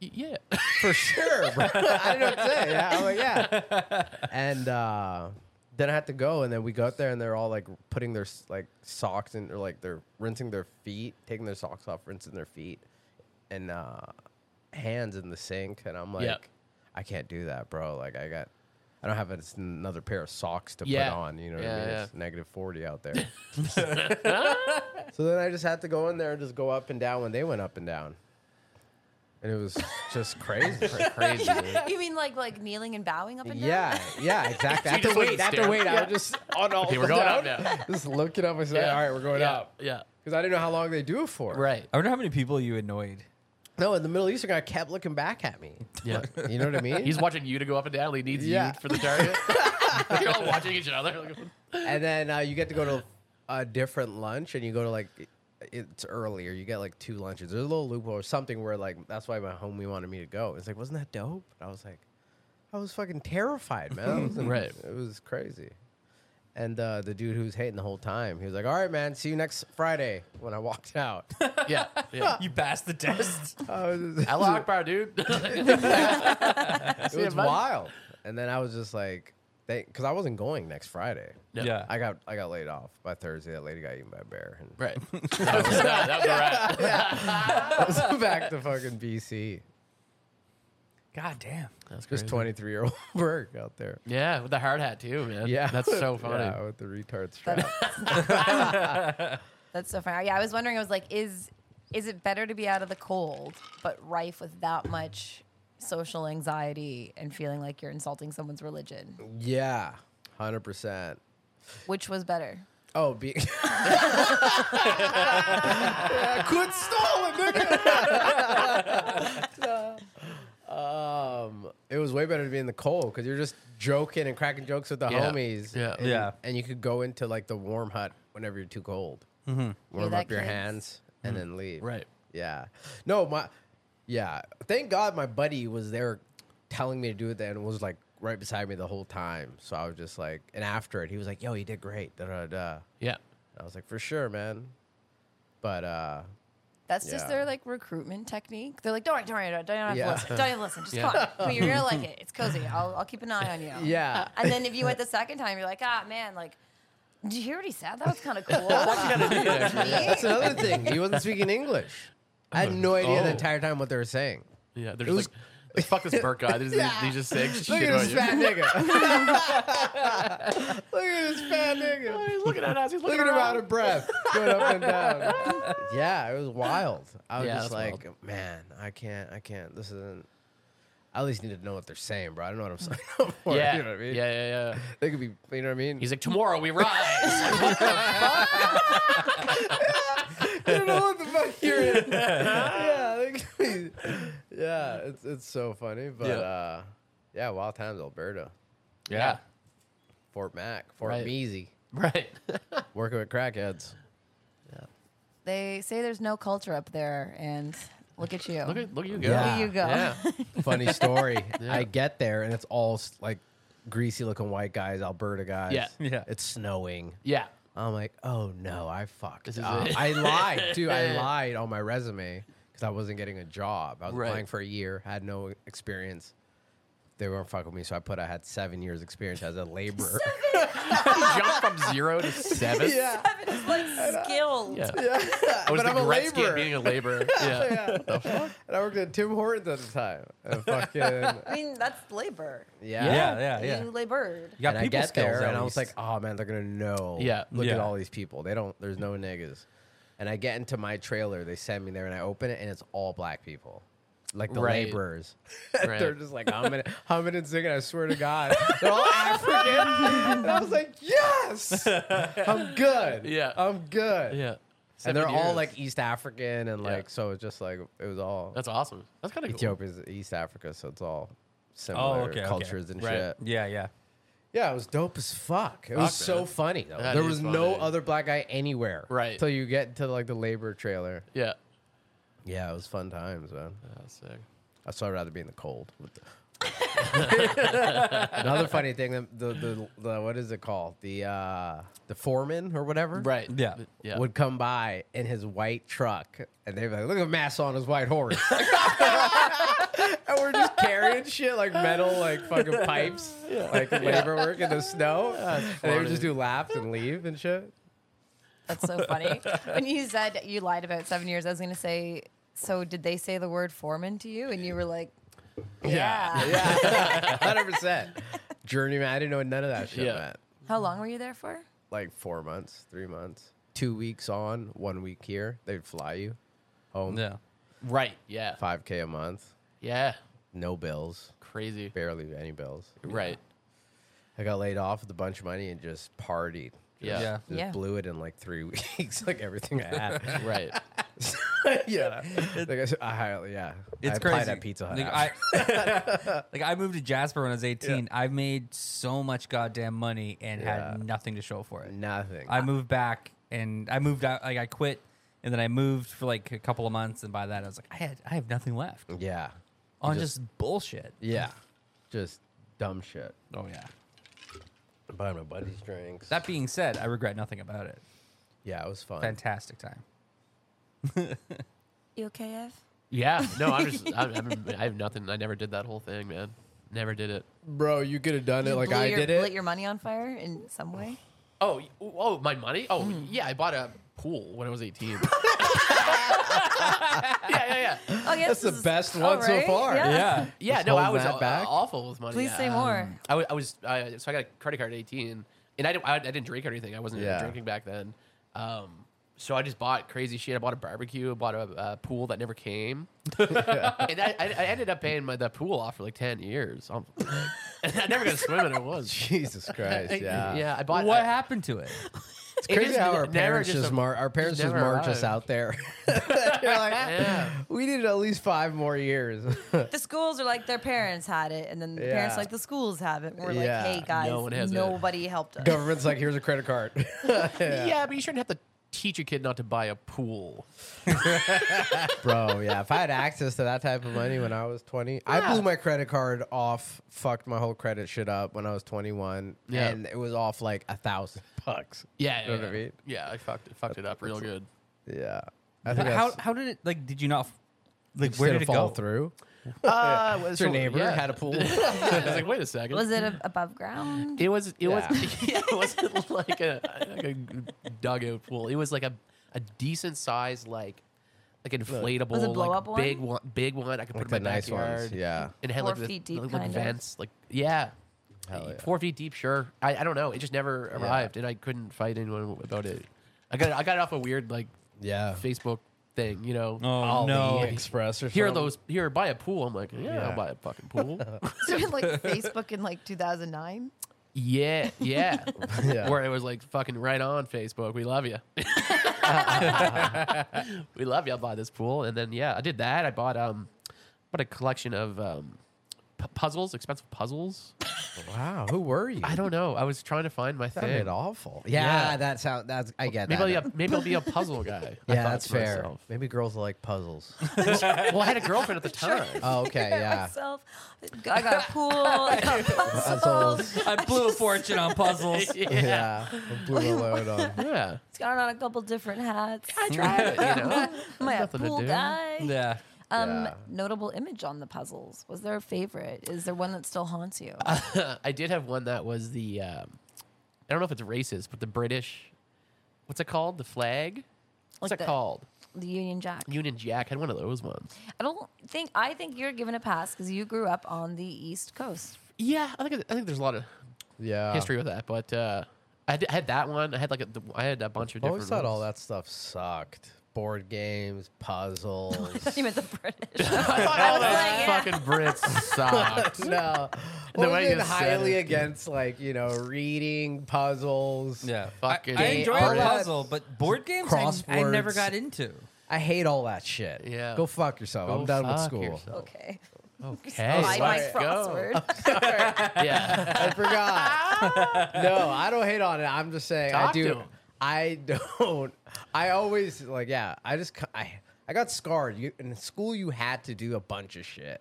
Speaker 3: Y- Yeah.
Speaker 2: "For sure, bro." I didn't know what to say. Yeah, I'm like, "Yeah." And uh, then I had to go, and then we got there, and they're all like putting their s- like socks in, or like they're rinsing their feet, taking their socks off, rinsing their feet, and uh, hands in the sink, and I'm like,
Speaker 3: Yeah.
Speaker 2: I can't do that, bro. Like I got, I don't have a- another pair of socks to
Speaker 3: Yeah.
Speaker 2: put on. You know what
Speaker 3: Yeah,
Speaker 2: I mean?
Speaker 3: yeah.
Speaker 2: It's negative forty out there. so then I just had to go in there and just go up and down when they went up and down, and it was just crazy.
Speaker 3: Crazy, dude.
Speaker 4: you mean like like kneeling and bowing up and down?
Speaker 2: Yeah, yeah, exactly. I have
Speaker 3: just
Speaker 2: to
Speaker 3: went
Speaker 2: wait. I have to
Speaker 3: down.
Speaker 2: wait. I was just on all.
Speaker 3: Okay, we're going up
Speaker 2: down,
Speaker 3: now.
Speaker 2: Just looking up. I said,
Speaker 3: Yeah.
Speaker 2: "All right, we're going
Speaker 3: yeah.
Speaker 2: up,"
Speaker 3: Yeah.
Speaker 2: because I didn't know how long they do it for.
Speaker 3: Right.
Speaker 1: I wonder how many people you annoyed.
Speaker 2: No, and the Middle Eastern guy kept looking back at me.
Speaker 3: Yeah.
Speaker 2: You know what I mean?
Speaker 3: He's watching you to go up and down. He needs
Speaker 2: Yeah.
Speaker 3: you for the target. You're all watching each other. Like,
Speaker 2: and then uh, you get to go to a different lunch, and you go to like it's earlier. You get like two lunches. There's a little loophole or something where like that's why my homie wanted me to go. It's like, wasn't that dope? And I was like, I was fucking terrified, man. I was in-
Speaker 3: Right.
Speaker 2: It was crazy. And uh, the dude who was hating the whole time, he was like, "All right, man, see you next Friday." When I walked out,
Speaker 3: yeah. Yeah.
Speaker 1: You passed the test.
Speaker 2: I was just-
Speaker 3: Allah Akbar, dude.
Speaker 2: it was
Speaker 3: buddy.
Speaker 2: wild. And then I was just like, because I wasn't going next Friday.
Speaker 3: No.
Speaker 1: Yeah.
Speaker 2: I got I got laid off by Thursday. That lady got eaten by a bear. And
Speaker 3: Right. That was, that was a wrap.
Speaker 2: back to fucking BC.
Speaker 1: God damn.
Speaker 3: That's
Speaker 2: Just
Speaker 3: crazy.
Speaker 2: 23 year old Burke out there.
Speaker 3: Yeah, with the hard hat too, man.
Speaker 2: Yeah.
Speaker 3: That's so funny.
Speaker 2: Yeah, with the retard strap.
Speaker 4: That's, that's so funny. Yeah, I was wondering. I was like, is is it better to be out of the cold but rife with that much social anxiety and feeling like you're insulting someone's religion?
Speaker 2: yeah. 100%.
Speaker 4: Which was better?
Speaker 2: Oh, be- yeah, quit stalling, nigga. um, it was way better to be in the cold because you're just joking and cracking jokes with the
Speaker 3: Yeah.
Speaker 2: homies.
Speaker 3: Yeah.
Speaker 2: and,
Speaker 1: Yeah.
Speaker 2: and you could go into like the warm hut whenever you're too cold. Warm
Speaker 4: that,
Speaker 2: up your
Speaker 4: kids?
Speaker 2: hands and then leave.
Speaker 3: Mm. Right.
Speaker 2: Yeah. No, my yeah. Thank God my buddy was there telling me to do it then and was like right beside me the whole time. So I was just like and after it he was like, Yo, you did great. Da da da.
Speaker 3: Yeah.
Speaker 2: I was like, For sure, man. But uh
Speaker 4: That's just
Speaker 2: Yeah.
Speaker 4: their like recruitment technique. They're like, don't worry, don't worry, don't, don't have
Speaker 2: Yeah.
Speaker 4: to listen, don't have to listen. Just come on, Come on, you're gonna like it. It's cozy. I'll, I'll keep an eye on you.
Speaker 2: Yeah.
Speaker 4: And then if you went the second time, you're like, ah, man, like, did you hear what he said? That was kind of cool. That's
Speaker 2: That's another thing. He wasn't speaking English. I had no idea the
Speaker 3: Oh.
Speaker 2: entire time what they were saying.
Speaker 3: Yeah. They're
Speaker 2: It
Speaker 3: just like, fuck this Burke guy. They just, they just say
Speaker 2: Look
Speaker 3: shit
Speaker 2: at
Speaker 3: about
Speaker 2: this
Speaker 3: you.
Speaker 2: fat nigga. Look at this fat nigga.
Speaker 3: He's looking at us. He's
Speaker 2: Look
Speaker 3: looking
Speaker 2: at him
Speaker 3: around.
Speaker 2: out of breath, going up and down. yeah, it was wild. I was
Speaker 3: Yeah,
Speaker 2: just
Speaker 3: that's
Speaker 2: like, man, I can't, I can't. This isn't. I at least need to know what they're saying, bro. I don't know what I'm signing up for.
Speaker 3: Yeah.
Speaker 2: You know what I mean?
Speaker 3: yeah, yeah, yeah.
Speaker 2: They could be, you know what I mean?
Speaker 3: He's like, tomorrow we rise.
Speaker 2: I don't know what the fuck you're in. yeah, they could be, yeah, it's it's so funny, but
Speaker 3: Yeah.
Speaker 2: uh, yeah, wild times, Alberta,
Speaker 3: yeah.
Speaker 2: Fort Mac, Fort
Speaker 3: Right.
Speaker 2: Measy,
Speaker 3: Right.
Speaker 2: working with crackheads.
Speaker 4: They say there's no culture up there, and look at you.
Speaker 3: Look at look at you go.
Speaker 2: Yeah.
Speaker 4: Here you go.
Speaker 3: Yeah.
Speaker 2: Funny story. I get there and it's all s- like greasy looking white guys, Alberta guys.
Speaker 3: Yeah.
Speaker 1: Yeah.
Speaker 2: It's snowing.
Speaker 3: Yeah.
Speaker 2: I'm like, oh no, I fucked.
Speaker 3: This is
Speaker 2: up.
Speaker 3: it.
Speaker 2: I lied, dude. I lied on my resume because I wasn't getting a job. I was
Speaker 3: Right.
Speaker 2: applying for a year, had no experience. They weren't fucking with me, so I put I had seven years experience as a laborer.
Speaker 3: Jump from zero to seven.
Speaker 2: yeah,
Speaker 4: Kevin is like skilled.
Speaker 3: Yeah.
Speaker 2: uh, yeah.
Speaker 3: I was
Speaker 2: but I'm
Speaker 3: the
Speaker 2: a
Speaker 3: Gretzky
Speaker 2: laborer,
Speaker 3: at being a laborer. Yeah.
Speaker 2: Yeah. and I worked at Tim Hortons at the time. And fucking yeah,
Speaker 4: I mean, that's labor.
Speaker 1: Yeah, yeah, yeah.
Speaker 4: You labored.
Speaker 1: You got
Speaker 2: and I
Speaker 1: people
Speaker 2: get
Speaker 1: skills.
Speaker 2: there,
Speaker 1: at
Speaker 2: and I was like,
Speaker 1: least.
Speaker 2: "Oh man, they're gonna know."
Speaker 3: Yeah.
Speaker 2: look at
Speaker 1: Yeah.
Speaker 2: all these people. They don't. There's no niggas. And I get into my trailer. They send me there, and I open it, and it's all black people, like the
Speaker 3: Right.
Speaker 2: laborers.
Speaker 3: Right.
Speaker 2: they're just like humming, and- humming and singing. I swear to God, they're all African. and I was like, "Yes, I'm good.
Speaker 3: Yeah.
Speaker 2: I'm good."
Speaker 3: Yeah.
Speaker 2: And they're
Speaker 3: Seven
Speaker 2: all
Speaker 3: years.
Speaker 2: like East African, and
Speaker 3: Yeah.
Speaker 2: like so. It's just like it was all
Speaker 3: That's awesome. That's kind of cool. Oh,
Speaker 2: Ethiopia's East Africa, so it's all similar
Speaker 1: okay, okay.
Speaker 2: cultures and
Speaker 3: Right.
Speaker 2: shit.
Speaker 1: yeah, yeah.
Speaker 2: Yeah, it was dope as fuck. It was
Speaker 3: Fuck,
Speaker 2: so
Speaker 3: man.
Speaker 2: funny though.
Speaker 3: That
Speaker 2: there
Speaker 3: is
Speaker 2: was no
Speaker 3: funny.
Speaker 2: other black guy anywhere.
Speaker 3: Right.
Speaker 2: Till you get to like the labor trailer.
Speaker 3: Yeah.
Speaker 2: Yeah, it was fun times, man.
Speaker 3: That's sick.
Speaker 2: I so I'd rather be in the cold. With the- Another funny thing, the, the, the, the what is it called? The uh, the foreman or whatever,
Speaker 3: Right.
Speaker 1: Yeah.
Speaker 3: Yeah.
Speaker 2: Would come by in his white truck, and they'd be like, "Look at Mass on his white horse," and we're just carrying shit like metal, like fucking pipes, like labor work in the snow, and they would just
Speaker 3: funny.
Speaker 2: do laps and leave and shit.
Speaker 4: That's so funny. when you said you lied about seven years, I was going to say, so did they say the word foreman to you? And you were like, yeah.
Speaker 2: Yeah, hundred percent. Journeyman, I didn't know none of that shit,
Speaker 3: Yeah.
Speaker 2: man.
Speaker 4: How long were you there for?
Speaker 2: Like four months, three months, two weeks on, one week here. They'd fly you home,
Speaker 1: Yeah.
Speaker 3: Right. Yeah.
Speaker 2: five k a month,
Speaker 3: Yeah.
Speaker 2: no bills,
Speaker 3: Crazy.
Speaker 2: barely any bills.
Speaker 3: Right.
Speaker 2: I got laid off with a bunch of money and just partied.
Speaker 3: Yeah.
Speaker 1: Yeah.
Speaker 2: Just
Speaker 4: Yeah.
Speaker 2: blew it in like three weeks, like everything I had.
Speaker 3: Right.
Speaker 2: yeah, like I, said, I highly- yeah.
Speaker 1: It's
Speaker 2: I
Speaker 1: crazy.
Speaker 2: applied at Pizza Hut.
Speaker 1: Like I,
Speaker 2: after.
Speaker 1: like I moved to Jasper when I was 18. I made so much goddamn money and
Speaker 2: Yeah.
Speaker 1: had nothing to show for it.
Speaker 2: Nothing.
Speaker 1: I moved back and I moved out. Like I quit and then I moved for like a couple of months. And by that, I was like, I had I have nothing left
Speaker 2: yeah,
Speaker 1: on
Speaker 2: just-
Speaker 1: just, bullshit.
Speaker 2: yeah, just dumb shit.
Speaker 1: Oh yeah.
Speaker 2: Buy my buddies drinks.
Speaker 1: That being said, I regret nothing about it.
Speaker 2: yeah, it was fun.
Speaker 1: Fantastic time.
Speaker 4: You okay, Ev?
Speaker 3: Yeah. No, I'm just. I, I'm, I have nothing. I never did that whole thing, man. Never did it.
Speaker 2: Bro, you could have done it
Speaker 4: You
Speaker 2: like
Speaker 4: blew
Speaker 2: I
Speaker 4: your,
Speaker 2: did
Speaker 4: Lit
Speaker 2: it.
Speaker 4: your money on fire in some way?
Speaker 3: Oh. y- Oh, my money. Oh, yeah. I bought a pool when I was 18. yeah. Yeah. Yeah.
Speaker 4: Oh, yeah.
Speaker 2: That's
Speaker 4: this
Speaker 2: the
Speaker 4: is-
Speaker 2: best
Speaker 4: all
Speaker 2: one so far.
Speaker 1: Yeah.
Speaker 3: Yeah,
Speaker 2: Just
Speaker 3: no, I
Speaker 2: hold
Speaker 3: was
Speaker 2: that
Speaker 3: aw-
Speaker 2: back?
Speaker 3: awful with money.
Speaker 4: Please say
Speaker 3: yeah.
Speaker 4: more.
Speaker 3: I was, I was uh, so I got a credit card at 18, and I didn't, I, I didn't drink or anything. I wasn't
Speaker 2: Yeah.
Speaker 3: drinking back then. Um, so I just bought crazy shit. I bought a barbecue. I bought a, uh pool that never came, and I, I, I ended up paying my the pool off for like 10 years. I'm, I never got to swim in it. It Was
Speaker 2: Jesus Christ. Yeah.
Speaker 3: yeah. I bought
Speaker 1: what
Speaker 3: I-
Speaker 1: happened to it?
Speaker 2: It's crazy
Speaker 3: is
Speaker 2: how
Speaker 3: n-
Speaker 2: our
Speaker 3: never
Speaker 2: parents
Speaker 3: just
Speaker 2: just
Speaker 3: a-
Speaker 2: mar- our parents
Speaker 3: just
Speaker 2: just
Speaker 3: never
Speaker 2: march us
Speaker 3: arrived.
Speaker 2: out there. They're like,
Speaker 3: Yeah.
Speaker 2: we needed at least five more years.
Speaker 4: The schools are like their parents had it, and then the parents
Speaker 2: Yeah.
Speaker 4: like the schools have it. We're
Speaker 2: Yeah.
Speaker 4: like, hey guys,
Speaker 3: No one has it.
Speaker 4: nobody helped us.
Speaker 2: Government's like, here's a credit card.
Speaker 3: yeah. but you shouldn't have to teach a kid not to buy a pool.
Speaker 2: Bro, yeah. If I had access to that type of money when I was 20, I blew my credit card off, fucked my whole credit shit up when I was 21,
Speaker 3: Yeah.
Speaker 2: and it was off like a thousand bucks.
Speaker 3: Yeah,
Speaker 2: You know what I mean?
Speaker 3: yeah. I fucked it, fucked it up real good.
Speaker 2: Yeah. I
Speaker 1: But
Speaker 2: think
Speaker 1: how
Speaker 2: that's-
Speaker 1: how did it like? Did you not? f- Like
Speaker 2: just
Speaker 1: where
Speaker 2: didn't
Speaker 1: did it
Speaker 2: fall
Speaker 1: go?
Speaker 2: through?
Speaker 3: Uh, was
Speaker 2: Your neighbor had a pool. yeah.
Speaker 3: I was like, wait a second.
Speaker 4: Was it a- above ground?
Speaker 3: It was. It was.
Speaker 2: Yeah.
Speaker 3: Yeah, it wasn't like a like a dugout pool. It was like a a decent size like like inflatable,
Speaker 4: Was it blow-up
Speaker 3: like
Speaker 4: one?
Speaker 3: big one, big one. I could
Speaker 2: Like
Speaker 3: put
Speaker 2: the
Speaker 3: in my
Speaker 2: nice
Speaker 3: backyard.
Speaker 2: ones. Yeah.
Speaker 3: and it had
Speaker 4: Four
Speaker 3: like the,
Speaker 4: feet deep
Speaker 3: like,
Speaker 4: kind of.
Speaker 3: vents. Like yeah.
Speaker 2: Hell yeah.
Speaker 3: Four feet deep, sure. I, I don't know. It just never arrived, and I couldn't fight anyone about it. I got I got it off a weird like
Speaker 2: Yeah.
Speaker 3: Facebook thing, you know.
Speaker 1: Oh, no.
Speaker 2: Express or
Speaker 3: Here are
Speaker 2: something.
Speaker 3: those here buy a pool. I'm like, yeah,
Speaker 2: Yeah.
Speaker 3: I'll buy a fucking pool.
Speaker 4: Was it like Facebook in like 2009?
Speaker 3: yeah, yeah,
Speaker 2: Yeah.
Speaker 3: Where it was like fucking right on Facebook. We love you. we love you. I'll buy this pool, and then yeah, I did that. I bought um, bought a collection of um, pu- puzzles, expensive puzzles.
Speaker 2: Wow. Who were you?
Speaker 3: I don't know. I was trying to find my
Speaker 2: That made
Speaker 3: thing.
Speaker 2: awful.
Speaker 3: Yeah.
Speaker 2: Yeah, that sounds. That's I get
Speaker 3: Maybe I'll,
Speaker 2: that.
Speaker 3: be a, maybe I'll be a puzzle guy. I
Speaker 2: yeah,
Speaker 3: thought
Speaker 2: that's
Speaker 3: to
Speaker 2: fair.
Speaker 3: myself.
Speaker 2: Maybe girls like puzzles.
Speaker 3: Well, I had a girlfriend at the time.
Speaker 2: oh,
Speaker 3: Uh,
Speaker 2: okay, yeah.
Speaker 4: Myself. I got a pool. I got puzzles.
Speaker 2: Puzzles.
Speaker 1: I blew a fortune on
Speaker 2: Oh,
Speaker 1: puzzles.
Speaker 2: Yeah, I blew a load on.
Speaker 3: yeah.
Speaker 4: It's got on a couple different hats.
Speaker 3: I tried it. You know,
Speaker 4: Am I a
Speaker 3: Nothing to
Speaker 4: pool
Speaker 3: do.
Speaker 4: guy?
Speaker 1: yeah.
Speaker 4: Um,
Speaker 2: Yeah.
Speaker 4: notable image on the puzzles. Was there a favorite? Is there one that still haunts you?
Speaker 3: Uh, I did have one that was the. Um, I don't know if it's racist, but the British. What's it called? The flag. What's it
Speaker 4: Like the-
Speaker 3: called?
Speaker 4: the Union Jack.
Speaker 3: Union Jack had one of those ones.
Speaker 4: I don't think. I think you're given a pass because you grew up on the East Coast.
Speaker 3: Yeah, I think I think there's a lot of
Speaker 2: Yeah,
Speaker 3: history with that, but uh, I, d- I had that one. I had like a, I had a bunch of
Speaker 2: I
Speaker 3: different.
Speaker 2: always thought all
Speaker 3: ones.
Speaker 2: that stuff sucked. Board games, puzzles.
Speaker 4: you meant the British.
Speaker 3: I thought all that
Speaker 4: like,
Speaker 3: fucking Brits sucked.
Speaker 2: no,
Speaker 3: The
Speaker 2: always
Speaker 3: way you
Speaker 2: been
Speaker 3: said
Speaker 2: highly
Speaker 3: it.
Speaker 2: against like you know reading puzzles.
Speaker 1: Yeah.
Speaker 3: Fucking
Speaker 1: I, I
Speaker 3: gay
Speaker 1: enjoy
Speaker 2: art.
Speaker 1: a puzzle, but board games I- I, never
Speaker 2: Crosswords.
Speaker 1: got into.
Speaker 2: I hate all that shit.
Speaker 3: Yeah.
Speaker 2: go fuck yourself. I'm done with
Speaker 3: fuck
Speaker 2: school.
Speaker 3: yourself.
Speaker 4: okay.
Speaker 3: Okay,
Speaker 4: Hide my
Speaker 3: let's go.
Speaker 4: crossword.
Speaker 3: Yeah,
Speaker 2: I forgot. no, I don't hate on it. I'm just saying I
Speaker 3: Talk
Speaker 2: do.
Speaker 3: to him.
Speaker 2: I don't. I always like yeah. I just c- I I got scarred. You in school you had to do a bunch of shit.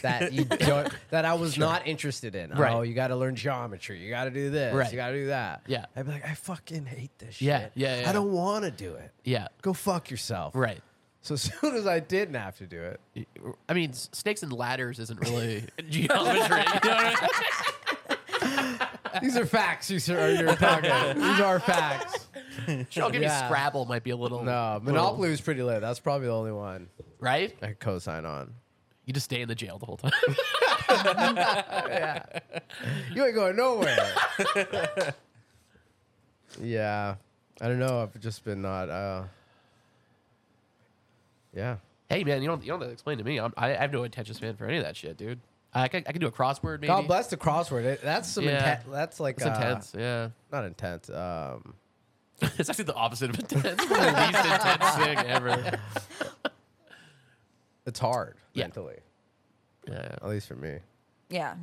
Speaker 2: that you don't that I was not interested in.
Speaker 3: Right.
Speaker 2: Oh, you got to learn geometry. You got to do this.
Speaker 3: Right.
Speaker 2: You got to do that.
Speaker 3: Yeah.
Speaker 2: I'd be like, I fucking hate this
Speaker 3: Yeah,
Speaker 2: shit.
Speaker 3: yeah, yeah.
Speaker 2: I don't want to do it.
Speaker 3: yeah.
Speaker 2: Go fuck yourself.
Speaker 3: Right.
Speaker 2: So as soon as I didn't have to do it,
Speaker 3: I mean, s- snakes and ladders isn't really geometry. You know what I mean?
Speaker 2: these are facts. You sir, are you're talking. these are facts.
Speaker 3: Sure, I'll give you
Speaker 2: Yeah.
Speaker 3: Scrabble might be a little
Speaker 2: No,
Speaker 3: little-
Speaker 2: Monopoly was pretty lit. That's probably the only one
Speaker 3: right?
Speaker 2: I could co-sign on.
Speaker 3: You just stay in the jail the whole time.
Speaker 2: You ain't going nowhere. yeah, I don't know. I've just been not. uh Yeah,
Speaker 3: hey man, you don't you don't have to explain to me. I'm, I, I have no attention span for any of that shit, dude. I can, I can do a crossword. Maybe.
Speaker 2: God bless the crossword. It, that's some.
Speaker 3: Yeah.
Speaker 2: Inten- that's like
Speaker 3: It's
Speaker 2: uh,
Speaker 3: intense. Yeah,
Speaker 2: Not intense. Um,
Speaker 3: it's actually the opposite of intense. It's the least intense thing ever.
Speaker 2: it's hard
Speaker 3: Yeah.
Speaker 2: mentally,
Speaker 3: Yeah.
Speaker 2: at least for me.
Speaker 4: Yeah.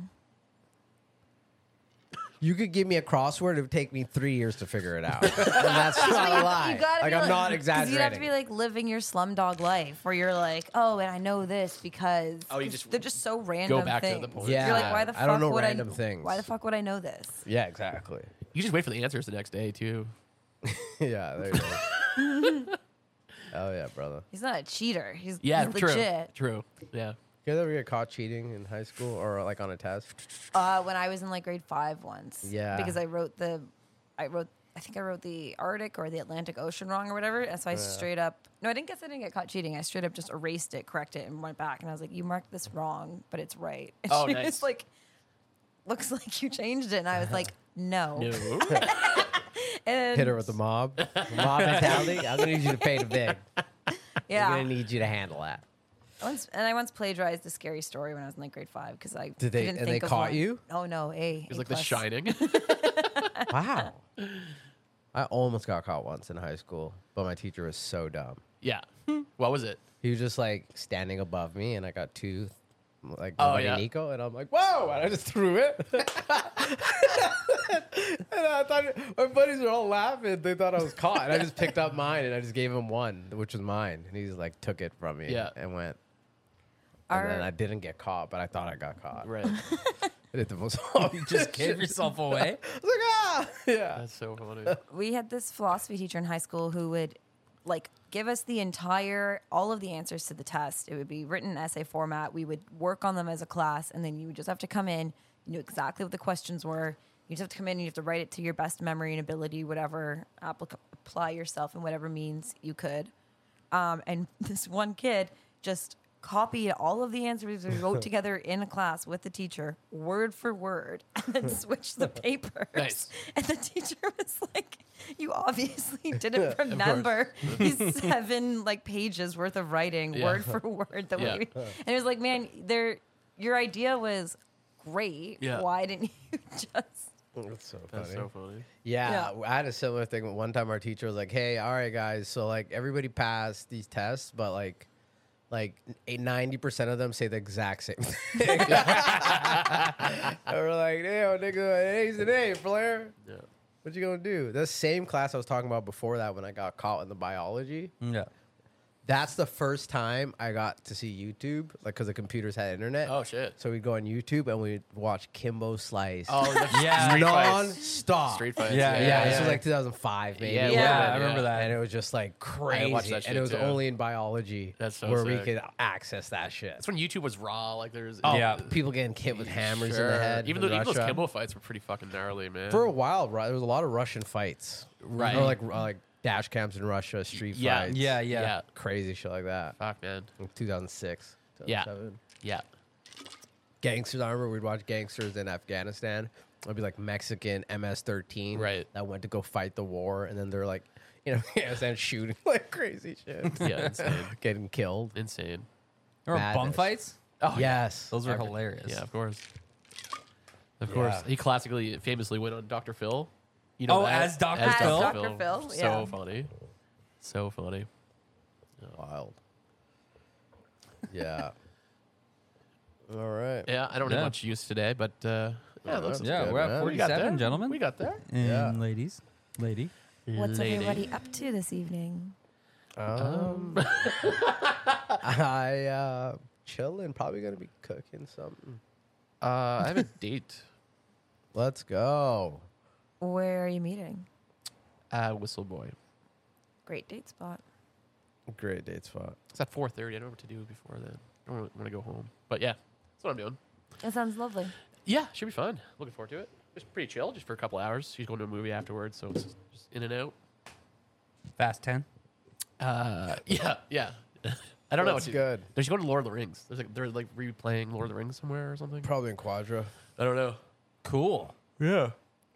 Speaker 2: You could give me a crossword; it would take me three years to figure it out, and that's not a lie.
Speaker 4: You gotta
Speaker 2: like
Speaker 4: be
Speaker 2: I'm not
Speaker 4: 'cause
Speaker 2: exaggerating.
Speaker 4: You'd have to be like living your slumdog life, where you're like, oh, and I know this because
Speaker 3: Oh, you
Speaker 4: 'cause
Speaker 3: just
Speaker 4: they're just so random.
Speaker 3: back to the
Speaker 4: things.
Speaker 3: point.
Speaker 2: Yeah,
Speaker 4: You're like, why the fuck
Speaker 2: I don't know
Speaker 4: would
Speaker 2: random
Speaker 4: I,
Speaker 2: things.
Speaker 4: Why the fuck would I know this?
Speaker 2: yeah, exactly.
Speaker 3: You just wait for the answers the next day too.
Speaker 2: yeah, there you go. oh yeah, brother.
Speaker 4: He's not a cheater. He's,
Speaker 3: Yeah,
Speaker 4: he's
Speaker 3: true.
Speaker 4: legit.
Speaker 3: True. Yeah.
Speaker 2: You guys ever get caught cheating in high school or like on a test?
Speaker 4: Uh, when I was in like grade five once.
Speaker 2: Yeah.
Speaker 4: Because I wrote the, I wrote, I think I wrote the Arctic or the Atlantic Ocean wrong or whatever. And so I straight up, no, I didn't guess I didn't get caught cheating. I straight up just erased it, corrected it, and went back. And I was like, you marked this wrong, but it's right. And
Speaker 3: Oh,
Speaker 4: she
Speaker 3: nice.
Speaker 4: was like, looks like you changed it. And I was like, no.
Speaker 3: No.
Speaker 4: And
Speaker 2: Hit her with the mob. mob mentality. I'm gonna need you to pay the big. I'm
Speaker 4: Yeah.
Speaker 2: gonna need you to handle that.
Speaker 4: Once, and I once plagiarized a scary story when I was in like grade five because I
Speaker 2: Did they-
Speaker 4: didn't
Speaker 2: and
Speaker 4: think
Speaker 2: they
Speaker 4: of Oh,
Speaker 2: caught
Speaker 4: one.
Speaker 2: you?
Speaker 4: Oh no, a.
Speaker 3: It's
Speaker 4: A
Speaker 3: like The
Speaker 4: plus.
Speaker 3: Shining.
Speaker 2: Wow. I almost got caught once in high school, but my teacher was so dumb.
Speaker 3: Yeah. what was it?
Speaker 2: He was just like standing above me, and I got two, like
Speaker 3: Oh,
Speaker 2: nobody
Speaker 3: yeah.
Speaker 2: Nico, and I'm like, whoa! And I just threw it. and I thought my buddies were all laughing; they thought I was caught. And I just picked up mine, and I just gave him one, which was mine, and he's like took it from me,
Speaker 3: Yeah.
Speaker 2: and went.
Speaker 4: Our-
Speaker 2: And then I didn't get caught, but I thought I got caught.
Speaker 3: Right.
Speaker 2: I did the most
Speaker 1: You just gave yourself away.
Speaker 2: I was like, ah, yeah.
Speaker 3: That's so funny.
Speaker 4: we had this philosophy teacher in high school who would like give us the entire all of the answers to the test it would be written in essay format we would work on them as a class and then you would just have to come in you knew exactly what the questions were you just have to come in and you have to write it to your best memory and ability whatever applic- apply yourself in whatever means you could um, and this one kid just copied all of the answers we wrote together in a class with the teacher, word for word, and then switched the papers.
Speaker 3: Nice.
Speaker 4: And the teacher was like, "You obviously didn't remember these seven like pages worth of writing,
Speaker 3: Yeah.
Speaker 4: word for word." The
Speaker 3: Yeah.
Speaker 4: way, we, and it was like, "Man, there, your idea was great.
Speaker 3: Yeah.
Speaker 4: Why didn't you just?"
Speaker 2: That's so funny.
Speaker 3: That's so funny.
Speaker 2: Yeah,
Speaker 4: Yeah.
Speaker 2: I had a similar thing. One time, our teacher was like, "Hey, all right, guys, so like everybody passed these tests, but like, like ninety percent of them say the exact same thing." and we're like, "Damn, nigga, an A's an A, Flair.
Speaker 3: Yeah.
Speaker 2: What you gonna do?" The same class I was talking about before that, when I got caught in the biology.
Speaker 1: Yeah.
Speaker 2: That's the first time I got to see YouTube, like, because the computers had internet.
Speaker 3: Oh shit.
Speaker 2: So we'd go on YouTube and we'd watch Kimbo Slice
Speaker 3: Oh that's
Speaker 1: Yeah.
Speaker 3: Street fights.
Speaker 2: non-stop.
Speaker 3: Street fights.
Speaker 1: Yeah,
Speaker 2: Yeah,
Speaker 1: yeah,
Speaker 2: this
Speaker 1: yeah.
Speaker 2: was like 2005, maybe.
Speaker 1: Yeah,
Speaker 3: Yeah, it would've been,
Speaker 1: I remember
Speaker 3: yeah.
Speaker 2: And
Speaker 1: that.
Speaker 2: it was just like crazy.
Speaker 3: watched that shit
Speaker 2: and it was
Speaker 3: too.
Speaker 2: only in biology
Speaker 3: That's so
Speaker 2: where we
Speaker 3: sick.
Speaker 2: could access that shit.
Speaker 3: That's when YouTube was raw. Like there's
Speaker 2: Oh,
Speaker 1: Yeah.
Speaker 2: people getting hit with hammers in the
Speaker 3: Sure.
Speaker 2: head.
Speaker 3: Even
Speaker 2: in
Speaker 3: though even those
Speaker 2: Russia.
Speaker 3: Kimbo fights were pretty fucking gnarly, man.
Speaker 2: for a while, right, there was a lot of Russian fights,
Speaker 3: Right.
Speaker 2: Or like like dash cams in Russia, street
Speaker 3: Yeah.
Speaker 2: fights,
Speaker 1: Yeah, yeah.
Speaker 3: yeah.
Speaker 2: crazy shit like that.
Speaker 3: Fuck man.
Speaker 2: Like 2006,
Speaker 3: Yeah.
Speaker 2: 2007.
Speaker 3: Yeah.
Speaker 2: Gangsters, I remember we'd watch gangsters in Afghanistan. It'd be like Mexican MS-13,
Speaker 3: Right.
Speaker 2: That went to go fight the war, and then they're like, you know, and shooting like crazy shit,
Speaker 3: Yeah. Insane.
Speaker 2: getting killed.
Speaker 3: insane.
Speaker 1: Remember bum
Speaker 2: Madness.
Speaker 1: fights?
Speaker 3: Oh
Speaker 2: Yes,
Speaker 1: Those were hilarious.
Speaker 3: Yeah, of course. Of
Speaker 2: Yeah.
Speaker 3: course. He classically, famously went on Dr. Phil. You know
Speaker 1: Oh,
Speaker 3: that?
Speaker 1: as Dr.
Speaker 4: Phil? Dr. Phil,
Speaker 3: So
Speaker 4: yeah.
Speaker 3: funny. So funny.
Speaker 2: wild. Yeah. All right.
Speaker 3: Yeah, I don't
Speaker 1: Yeah.
Speaker 3: have much use today, but uh, yeah, it looks
Speaker 1: Yeah,
Speaker 2: good,
Speaker 1: we're at
Speaker 2: man.
Speaker 3: we got
Speaker 1: 47,
Speaker 3: there.
Speaker 1: gentlemen.
Speaker 3: We got there.
Speaker 1: And
Speaker 2: Yeah.
Speaker 1: ladies. Lady.
Speaker 4: What's
Speaker 3: Lady.
Speaker 4: everybody up to this evening?
Speaker 2: Um, I uh, chilling. Probably gonna be cooking something.
Speaker 3: Uh, I have a date.
Speaker 2: Let's go.
Speaker 4: Where are you meeting?
Speaker 3: Uh, Whistle Boy.
Speaker 4: Great date spot.
Speaker 2: Great date spot.
Speaker 3: It's at 4.30. I don't know what to do before then. I don't want to go home. But yeah, that's what I'm doing.
Speaker 4: That sounds lovely.
Speaker 3: Yeah, should be fun. Looking forward to it. It's pretty chill, just for a couple hours. She's going to a movie afterwards, so it's just in and out.
Speaker 1: Fast 10.
Speaker 3: Uh, yeah, yeah. I don't know.
Speaker 2: That's
Speaker 3: what to-
Speaker 2: good.
Speaker 3: They should go to Lord of the Rings. There's like they're like replaying Lord of the Rings somewhere or something.
Speaker 2: Probably in Quadra.
Speaker 3: I don't know.
Speaker 1: Cool.
Speaker 3: Yeah.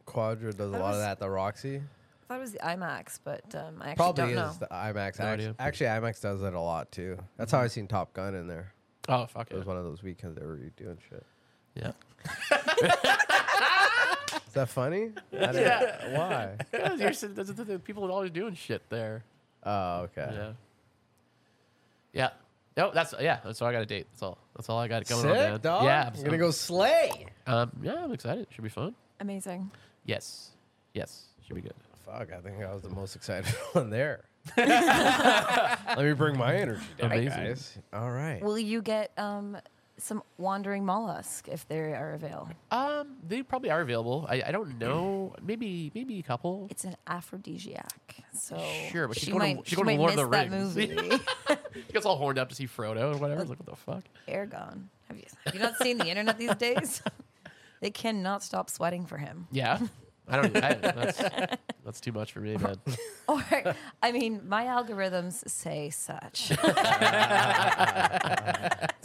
Speaker 2: Quadra does a
Speaker 4: That
Speaker 2: lot of
Speaker 4: was-
Speaker 2: that. at The Roxy
Speaker 4: I thought it was the IMAX, but um, I actually
Speaker 2: probably
Speaker 4: don't
Speaker 2: is
Speaker 4: know.
Speaker 2: the IMAX.
Speaker 3: No
Speaker 2: Act-
Speaker 3: idea.
Speaker 2: actually, IMAX does it a lot too. That's how I seen Top Gun in there.
Speaker 3: Oh fuck
Speaker 2: It was
Speaker 3: it.
Speaker 2: one of those weekends they were doing shit.
Speaker 3: Yeah.
Speaker 2: Is that funny? I didn't- Why?
Speaker 3: Yeah, you're s- that's the thing, People are always doing shit there.
Speaker 2: Oh, okay.
Speaker 3: Yeah. Yeah. No, that's yeah. That's all I got a date. That's all. That's all I got going on. man.
Speaker 2: Sick, dog.
Speaker 3: Yeah.
Speaker 2: I'm gonna go slay.
Speaker 3: Um, yeah, I'm excited. Should be fun.
Speaker 4: Amazing.
Speaker 3: Yes. Yes. Should be good.
Speaker 2: Fuck, I think I was the most excited one there. Let me bring my energy down,
Speaker 3: Amazing.
Speaker 2: guys. All right.
Speaker 4: Will you get um, some wandering mollusk if they are available?
Speaker 3: Um, they probably are available. I, I don't know. Maybe maybe a couple.
Speaker 4: It's an aphrodisiac, so
Speaker 3: Sure, but she's
Speaker 4: she
Speaker 3: going to-
Speaker 4: might,
Speaker 3: she's
Speaker 4: she
Speaker 3: going to
Speaker 4: might
Speaker 3: Lord of
Speaker 4: miss
Speaker 3: the
Speaker 4: that
Speaker 3: Rings.
Speaker 4: movie.
Speaker 3: She gets all horned up to see Frodo or whatever. It's like what the fuck.
Speaker 4: Aragon, have you have you not seen the internet these days? they cannot stop sweating for him.
Speaker 3: Yeah. I don't. I, that's, that's too much for me, man.
Speaker 4: Or, I mean, my algorithms say such.
Speaker 3: It's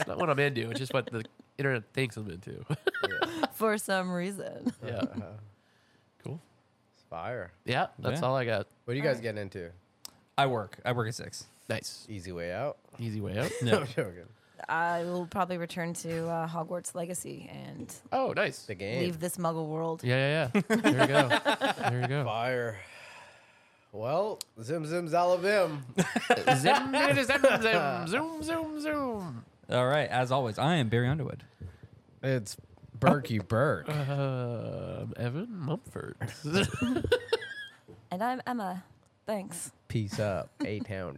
Speaker 3: not what I'm into. It's just what the internet thinks I'm into.
Speaker 4: for some reason.
Speaker 3: yeah. Cool.
Speaker 2: Uh-huh. Fire.
Speaker 3: Yeah, that's
Speaker 1: Yeah.
Speaker 3: all I got.
Speaker 2: What are you guys getting into?
Speaker 1: I work. I work at 6.
Speaker 3: Nice.
Speaker 2: Easy way out.
Speaker 3: Easy way out.
Speaker 1: No.
Speaker 2: I'm joking.
Speaker 4: I will probably return to uh, Hogwarts Legacy and
Speaker 3: Oh, nice.
Speaker 2: The game.
Speaker 4: leave this Muggle world.
Speaker 3: Yeah, yeah, yeah. There you go. There you go.
Speaker 2: Fire. Well, zim zim zalabim.
Speaker 3: zim, zim, zim, zim, zoom, zoom, zoom.
Speaker 1: All right. As always, I am Barry Underwood.
Speaker 2: It's Berkey Burke.
Speaker 3: Uh, Evan Mumford.
Speaker 4: And I'm Emma. Thanks.
Speaker 2: Peace up, A Town.